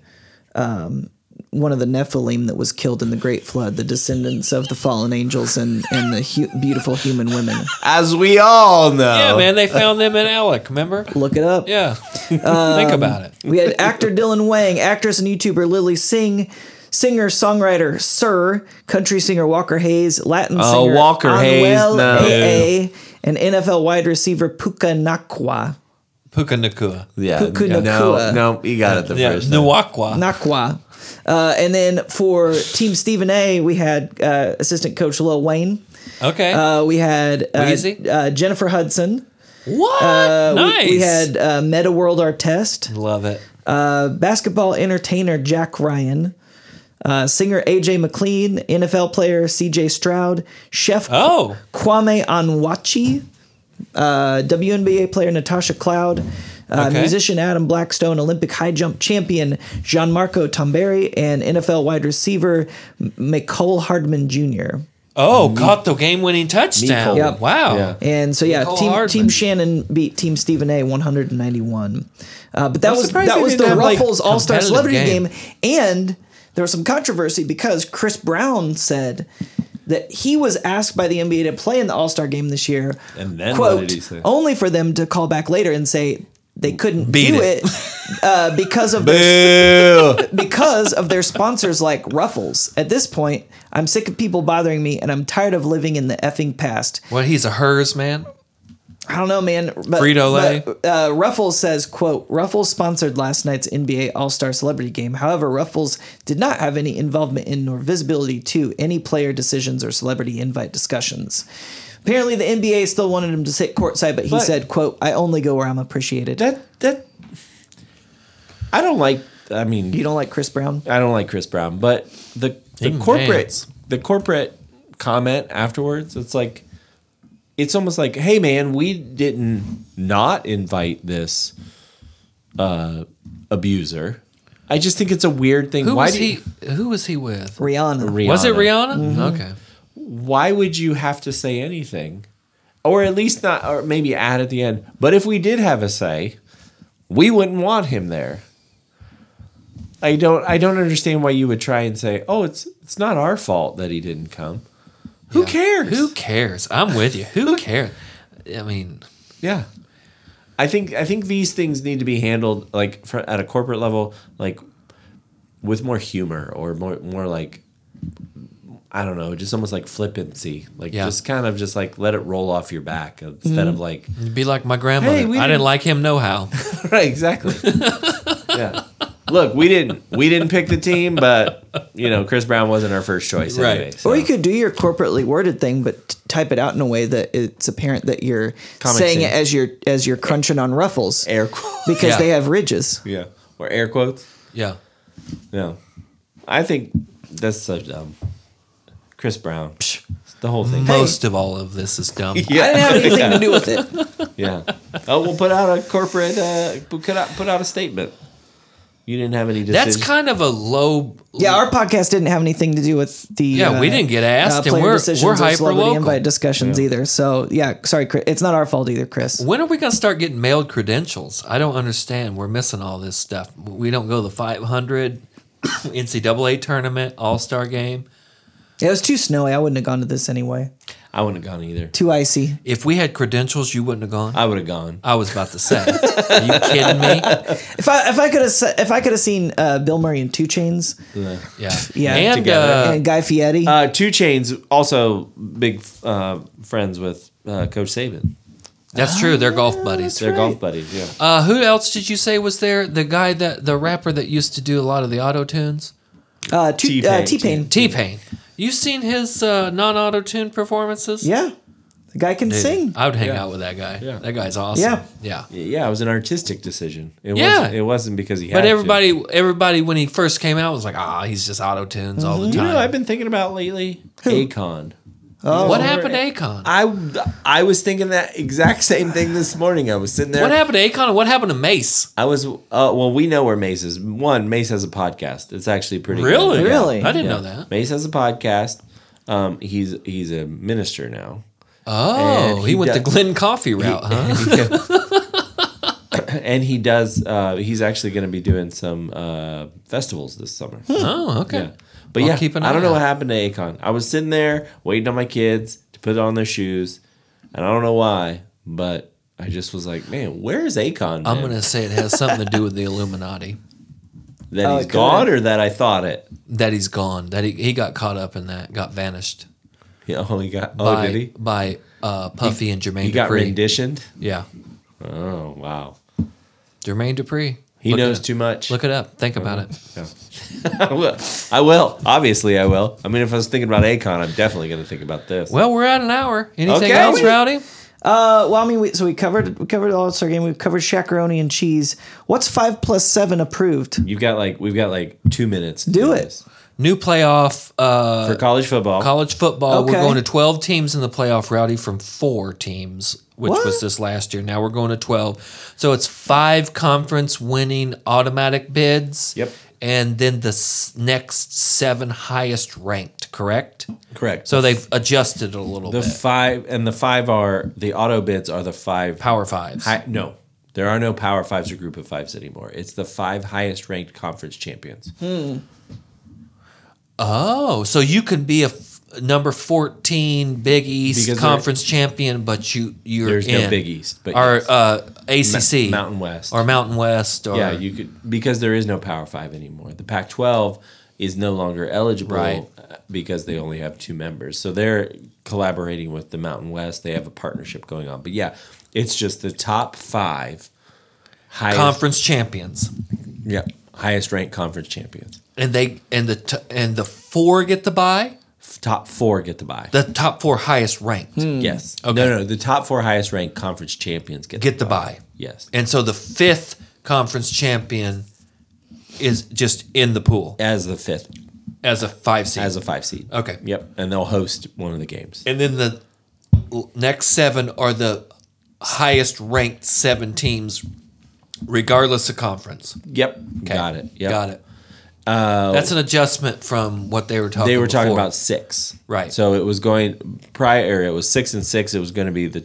um, one of the Nephilim that was killed in the Great Flood, the descendants of the fallen angels and and the hu- beautiful human women.
as we all know.
Yeah, man. They found them in Alec. Remember?
Look it up.
Yeah. (laughs)
Um,
Think about it.
We had actor Dylan Wang, actress and YouTuber Lily Singh, singer songwriter Sir, country singer Walker Hayes, Latin
Oh,
singer
Walker Hayes,
Anuel
no.
AA, and NFL wide receiver Puka Nakwa.
Puka Nakua.
Yeah.
Kukunakua.
No, no, he got it the
Yeah.
first. time.
Nuwakwa.
Nakwa. Uh, and then for Team Stephen A, we had uh, assistant coach Lil Wayne.
Okay.
Uh, we had uh,
Wheezy?
uh, Jennifer Hudson.
what?
Uh, we-
nice.
We, had uh, Meta World Artest.
Love it.
uh, basketball entertainer Jack Ryan, uh, singer AJ McLean, NFL player CJ Stroud, chef
Oh.
Kwame Anwachi, uh, WNBA player Natasha Cloud, uh,
Okay.
musician Adam Blackstone, Olympic high jump champion Gianmarco Tomberi, and NFL wide receiver M- McCole Hardman Jr.
Oh, caught the game-winning touchdown.
Nicole. Yep.
Wow.
Yeah.
And so yeah,
Nicole
team
Hardman.
Team Shannon beat Team Stephen A 191. Uh, but that was
surprised
that
they
was
didn't
the
have, like,
Ruffles All Star
competitive
Celebrity
game.
game. and there was some controversy because Chris Brown said that he was asked by the NBA to play in the All Star game this year.
And then what
quote
did he say?
only for them to call back later and say they couldn't
Beat
do
it.
it, uh, because
(laughs)
of
(laughs)
their
Boo.
because of their sponsors like Ruffles. At this point, I'm sick of people bothering me, and I'm tired of living in the effing past.
What? He's a hers man.
I don't know, man. But,
Frito-Lay?
but, Uh, Ruffles says, "quote Ruffles sponsored last night's NBA All Star Celebrity Game. However, Ruffles did not have any involvement in nor visibility to any player decisions or celebrity invite discussions." Apparently, the NBA still wanted him to sit courtside, but he
But-
said, "quote I only go where I'm appreciated."
that that I don't like I mean
you don't like Chris Brown?
I don't like Chris Brown, but the the
can
corporate
dance.
the corporate comment afterwards, it's like it's almost like, hey man, we didn't not invite this uh abuser. I just think it's a weird thing.
Who
why
was
do
he?
you- Mm-hmm.
Who was he with?
Rihanna.
Was it Rihanna? Okay.
Why would you have to say anything? Or at least not or maybe add at the end. But if we did have a say, we wouldn't want him there. I don't I don't understand why you would try and say, "Oh, it's it's not our fault that he didn't come." Who cares?
Who cares? I'm with
(laughs)
you. Who cares? I mean,
Yeah. I think I think these things need to be handled like fr at a corporate level, like with more humor or more more like I don't know, just almost like flippancy, like
Yeah.
just kind of just like let it roll off your back instead of like (laughs)
it'd be like my grandmother.
Hey, we
I didn't
didn't-
like him no
(laughs)
how.
right exactly. yeah. Look, we didn't we didn't pick the team, but you know Chris Brown wasn't our first choice
Right.
anyway. so-
Or you could do your corporately worded thing, but t- type it out in a way that it's apparent that you're
Comic
saying
Sans.
it as you're as you're crunching on ruffles
air quotes.
because
Yeah.
they have ridges.
yeah, or air quotes.
Yeah.
No, I think that's so dumb. Chris Brown, Psh, the whole thing.
Most of all of this is dumb.
I didn't have anything to do with it.
(laughs) Yeah. Oh, we'll put out a corporate. Uh, put out put out a statement. You didn't have any decision.
That's kind of a low.
Yeah, our podcast didn't have anything to do with the.
Yeah, we didn't get asked, and
player
we're-
decisions
we're
or
hyper
celebrity
local.
invite discussions either. So yeah, sorry, Chris. It's not our fault either, Chris.
When are we gonna start getting mailed credentials? I don't understand. We're missing all this stuff. We don't go to the (coughs) 500 NCAA tournament, All Star game.
It was too snowy. I wouldn't have gone to this anyway.
I wouldn't have gone either.
Too icy.
If we had credentials, you wouldn't have gone.
I would have gone.
I was about to say. Are you kidding me?
If I if I could have se- if I could have seen uh, Bill Murray in Two Chains
Yeah.
Yeah.
And
Together.
uh,
and Guy Fieri,
Uh, Two Chains also big uh, friends with uh, Coach Saban.
that's true. They're golf buddies.
They're golf buddies. Yeah.
Uh, who else did you say was there? The guy that the rapper that used to do a lot of the auto tunes,
uh, T
T-Pain.
Pain, T Pain.
T Pain. You seen his uh, non-auto tune performances?
Yeah, the guy can
Dude,
sing.
I would hang out with that guy.
Yeah.
That guy's awesome.
Yeah.
yeah.
yeah, it was an artistic decision. It
Yeah.
wasn't, it wasn't because he had
But
to.
everybody, everybody, when he first came out, was like, "Ah, he's just auto tunes all the
You
time."
know, what I've been thinking about lately Akon.
what happened to Akon?
I I was thinking that exact same thing this morning. I was sitting there.
what happened to Akon? and What happened to Mace?
I was uh, well. We know where Mace is. One, Mace has a podcast. It's actually pretty good.
Yeah. Really?
I didn't
Yeah.
know that.
Mace has a podcast. Um, he's he's a minister
(laughs)
now.
Oh,
And
he,
he
went the
does-
Glenn Coffee route, huh?
and he does. Uh, he's actually going to be doing some uh, festivals this summer.
oh,
(laughs)
okay.
Yeah. But
I'll
yeah,
keep an eye
I don't know
out.
what happened to Akon. I was sitting there waiting on my kids to put on their shoes, and I don't know why, but I just was like, man, where is Akon?
I'm
been?"
gonna say it
(laughs)
has something to do with the Illuminati.
that
Oh,
he's
it could've.
gone or that I thought it.
That he's gone. That he, he got caught up in that. Got vanished
Yeah, oh, he got. Oh,
by
did he?
by uh, Puffy and Jermaine.
He got
Dupri.
renditioned.
Yeah,
Oh wow,
Jermaine Dupri.
he
Look it
knows
up.
too much. (laughs)
Look it up. Think about it.
I will. I will. Obviously, I will. I mean, if I was thinking about Akon, I'm definitely going to think about this.
Well, we're at an hour. Anything
Okay.
else, Rowdy?
Uh, well, I mean, we, so we covered we covered All Star Game. We covered Chacaroni and Cheese. What's five plus seven approved?
You've got like we've got like two minutes. to
Do it.
this.
New playoff. Uh,
for college football.
college football. We're
Okay.
going to twelve teams in the playoff, Rowdy, from four teams, which
What?
was this last year. Now we're going to twelve. So it's five conference winning automatic bids.
Yep.
And then the s- next seven highest ranked, correct?
correct. So
So they've adjusted it a little
the
bit.
five and the five are the auto bids are the five.
Power fives.
Hi, no, there are no power fives or group of fives anymore. It's the five highest ranked conference champions.
Oh, so you can be a f- number fourteen Big East
Because there-
conference champion, but you you're
There's
in.
no Big East, but
or
yes.
uh, ACC,
Ma- Mountain West.
or Mountain West, or
yeah, Uh, you could because there is no Power Five anymore. The Pac-12 is no longer eligible
Right.
uh, because they only have two members. So they're collaborating with the Mountain West. They have a partnership going on. But yeah, it's just the top five highest,
conference champions.
yeah, highest ranked conference champions.
and they and the t- and the four get the buy.
F- Top four get the bye.
The top four highest ranked
Hmm. yes.
Okay.
No, no. The top four highest ranked conference champions get
get the
bye.
buy,
Yes.
and so the fifth conference champion is just in the pool
as the fifth,
as a five seed.
as a five seed.
Okay.
Yep. And they'll host one of the games.
and then the l- next seven are the highest ranked seven teams, regardless of conference.
Yep. Got it. Yep. Uh,
Got it. That's an adjustment from what they were talking.
they were talking
before.
about six
Right.
so it was going prior it was six and six it was going to be the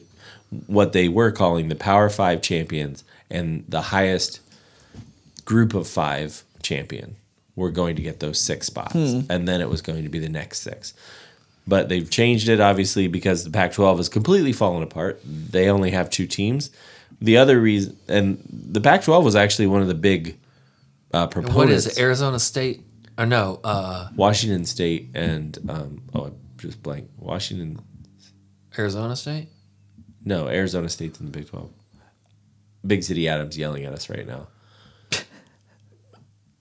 what they were calling the power five champions and the highest group of five champion were going to get those six spots and then it was going to be the next six but they've changed it obviously because the pac 12 is completely fallen apart they only have two teams the other reason and the pac 12 was actually one of the big uh, proponents
what is it, Arizona State or no? Uh,
Washington State and um, oh, I just blank. Washington,
Arizona State.
no, Arizona State's in the Big Twelve. Big City Adams yelling at us right
(laughs)
now.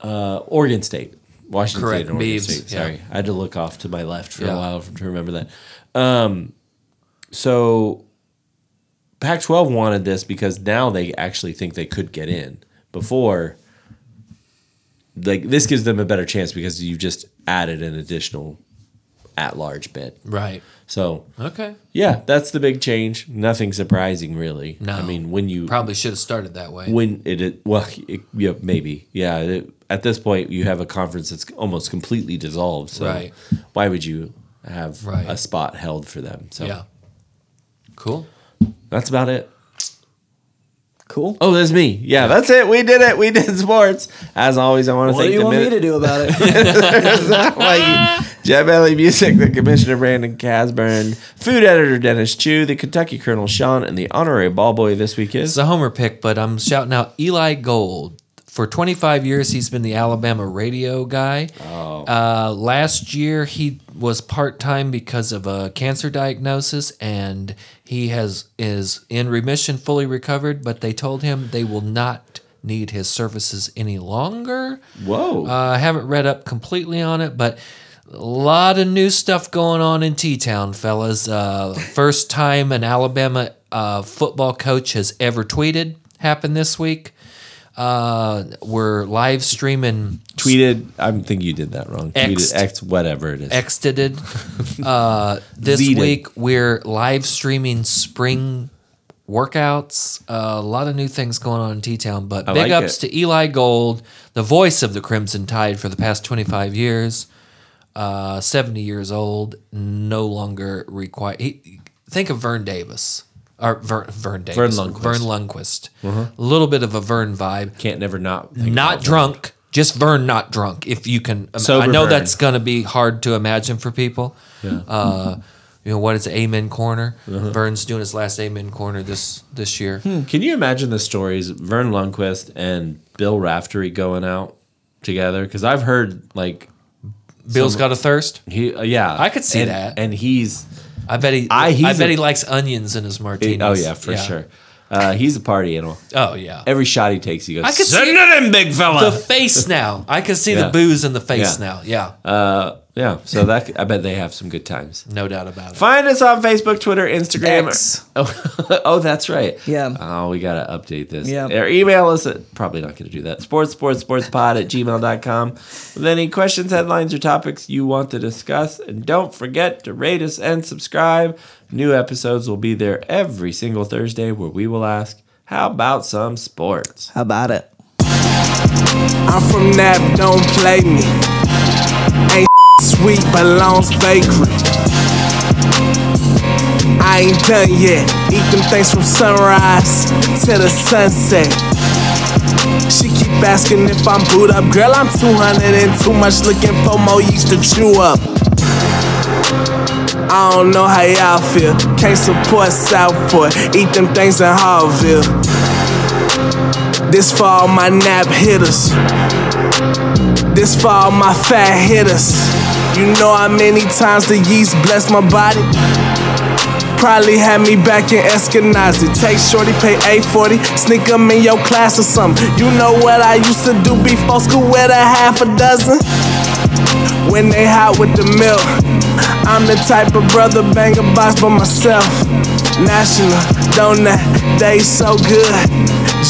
Uh, Oregon State, Washington
Correct,
State, and Oregon
Beavs,
State.
yeah.
Sorry, I had to look off to my left for
Yeah.
a while to remember that. Um, so Pac-12 wanted this because now they actually think they could get in. Before, like this gives them a better chance because you've just added an additional at-large bid.
Right.
So
Okay.
yeah, that's the big change. Nothing surprising, really.
No.
I mean, when you
Probably should have started that way.
when it, it well, it, yeah, maybe yeah. It, at this point, you have a conference that's almost completely dissolved. So
Right.
why would you have
Right.
a spot held for them? So
Yeah. Cool.
that's about it.
Cool.
Oh, that's me. Yeah, that's it. We did it. We did sports. As always, I want to
What do
thank
you
the
want
(laughs)
me
minute.
to do about it?
like Jet Belly Music, the Commissioner Brandon Casburn, Food Editor Dennis Chu, the Kentucky Colonel Sean, and the Honorary Ball Boy this week
It's
is.
a homer pick, but I'm shouting out Eli Gold. For 25 years, he's been the Alabama radio guy. Oh. Uh, last year, he was part time because of a cancer diagnosis, and he has is in remission, fully recovered. But they told him they will not need his services any longer.
Whoa.
Uh, I haven't read up completely on it, but a lot of new stuff going on in T Town, fellas. Uh, first time an Alabama uh, football coach has ever tweeted happened this week. Uh, we're live streaming
tweeted, I think you did that wrong.
X'd.
Tweeted X, whatever it is.
exited.
(laughs)
Uh, this
Zeted.
week we're live streaming spring workouts. Uh, a lot of new things going on in T Town, but big
like
ups
it.
to Eli Gold, the voice of the Crimson Tide for the past 25 years. Uh, 70 years old, no longer required. He, think of Vern Davis. Or Vern, Vern Davis.
Vern Lundquist. Uh-huh.
Vern Lundquist. A little bit of a Vern vibe
Can't never not. think
not
about
drunk, just Vern not drunk. If you can,
Sober
I know
Vern.
that's gonna be hard to imagine for people. Uh, you know what is Amen Corner?
Uh-huh.
Vern's doing his last Amen Corner this this year.
that. Can you imagine the stories Vern Lundquist and Bill Raftery going out together? Because I've heard like
Bill's
Some-
got a thirst.
he, uh, yeah,
I could see
And-
that.
and he's
I bet he.
I-
I,
he's
bet
a-
he likes onions in his martinis.
oh yeah for sure. Uh, he's a party animal.
Oh yeah.
Every shot he takes, he goes.
I could see
"Send
it-
it in, big fella.
the face now. I can see
Yeah.
the booze in the face
Yeah.
now. Yeah,
Uh, yeah. So that I bet they have some good times.
no doubt about it.
Find us on Facebook, Twitter, Instagram.
X.
Oh, (laughs) oh, that's right.
Yeah.
Oh, we got to update this.
Yeah.
Or email us at, probably not going to do that. Sports, sports, sports pod at gmail.com. With any questions, headlines, or topics you want to discuss. And don't forget to rate us and subscribe. New episodes will be there every single Thursday where we will ask, how about some sports?
How about it?
I'm from Nap, don't play me. Ain't (laughs) sweet, but Long's Bakery. I ain't done yet. Eat them things from sunrise to the sunset. She keep asking if I'm boot up. Girl, I'm 200 and too much looking for more yeast to chew up. I don't know how y'all feel. Can't support Southport. Eat them things in Harville. This for all my nap hitters. This for all my fat hitters. You know how many times the yeast blessed my body. Probably had me back in Eskenazi. Take shorty, pay 840, sneak 'em in your class or something. You know what I used to do before school with a half a dozen? When they hot with the milk, I'm the type of brother banger boss by myself. National, donut, they so good.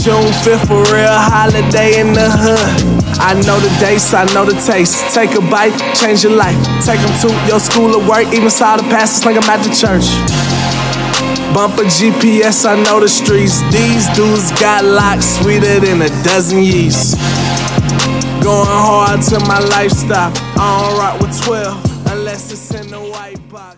June 5th, a real holiday in the hood. I know the dates, I know the taste. Take a bite, change your life. Take 'em to your school or work, even saw the pastor sling 'em at the church. Bump a GPS, I know the streets. These dudes got locked sweeter than a dozen yeast. Going hard to my lifestyle. I don't rock with 12 unless it's in the white box.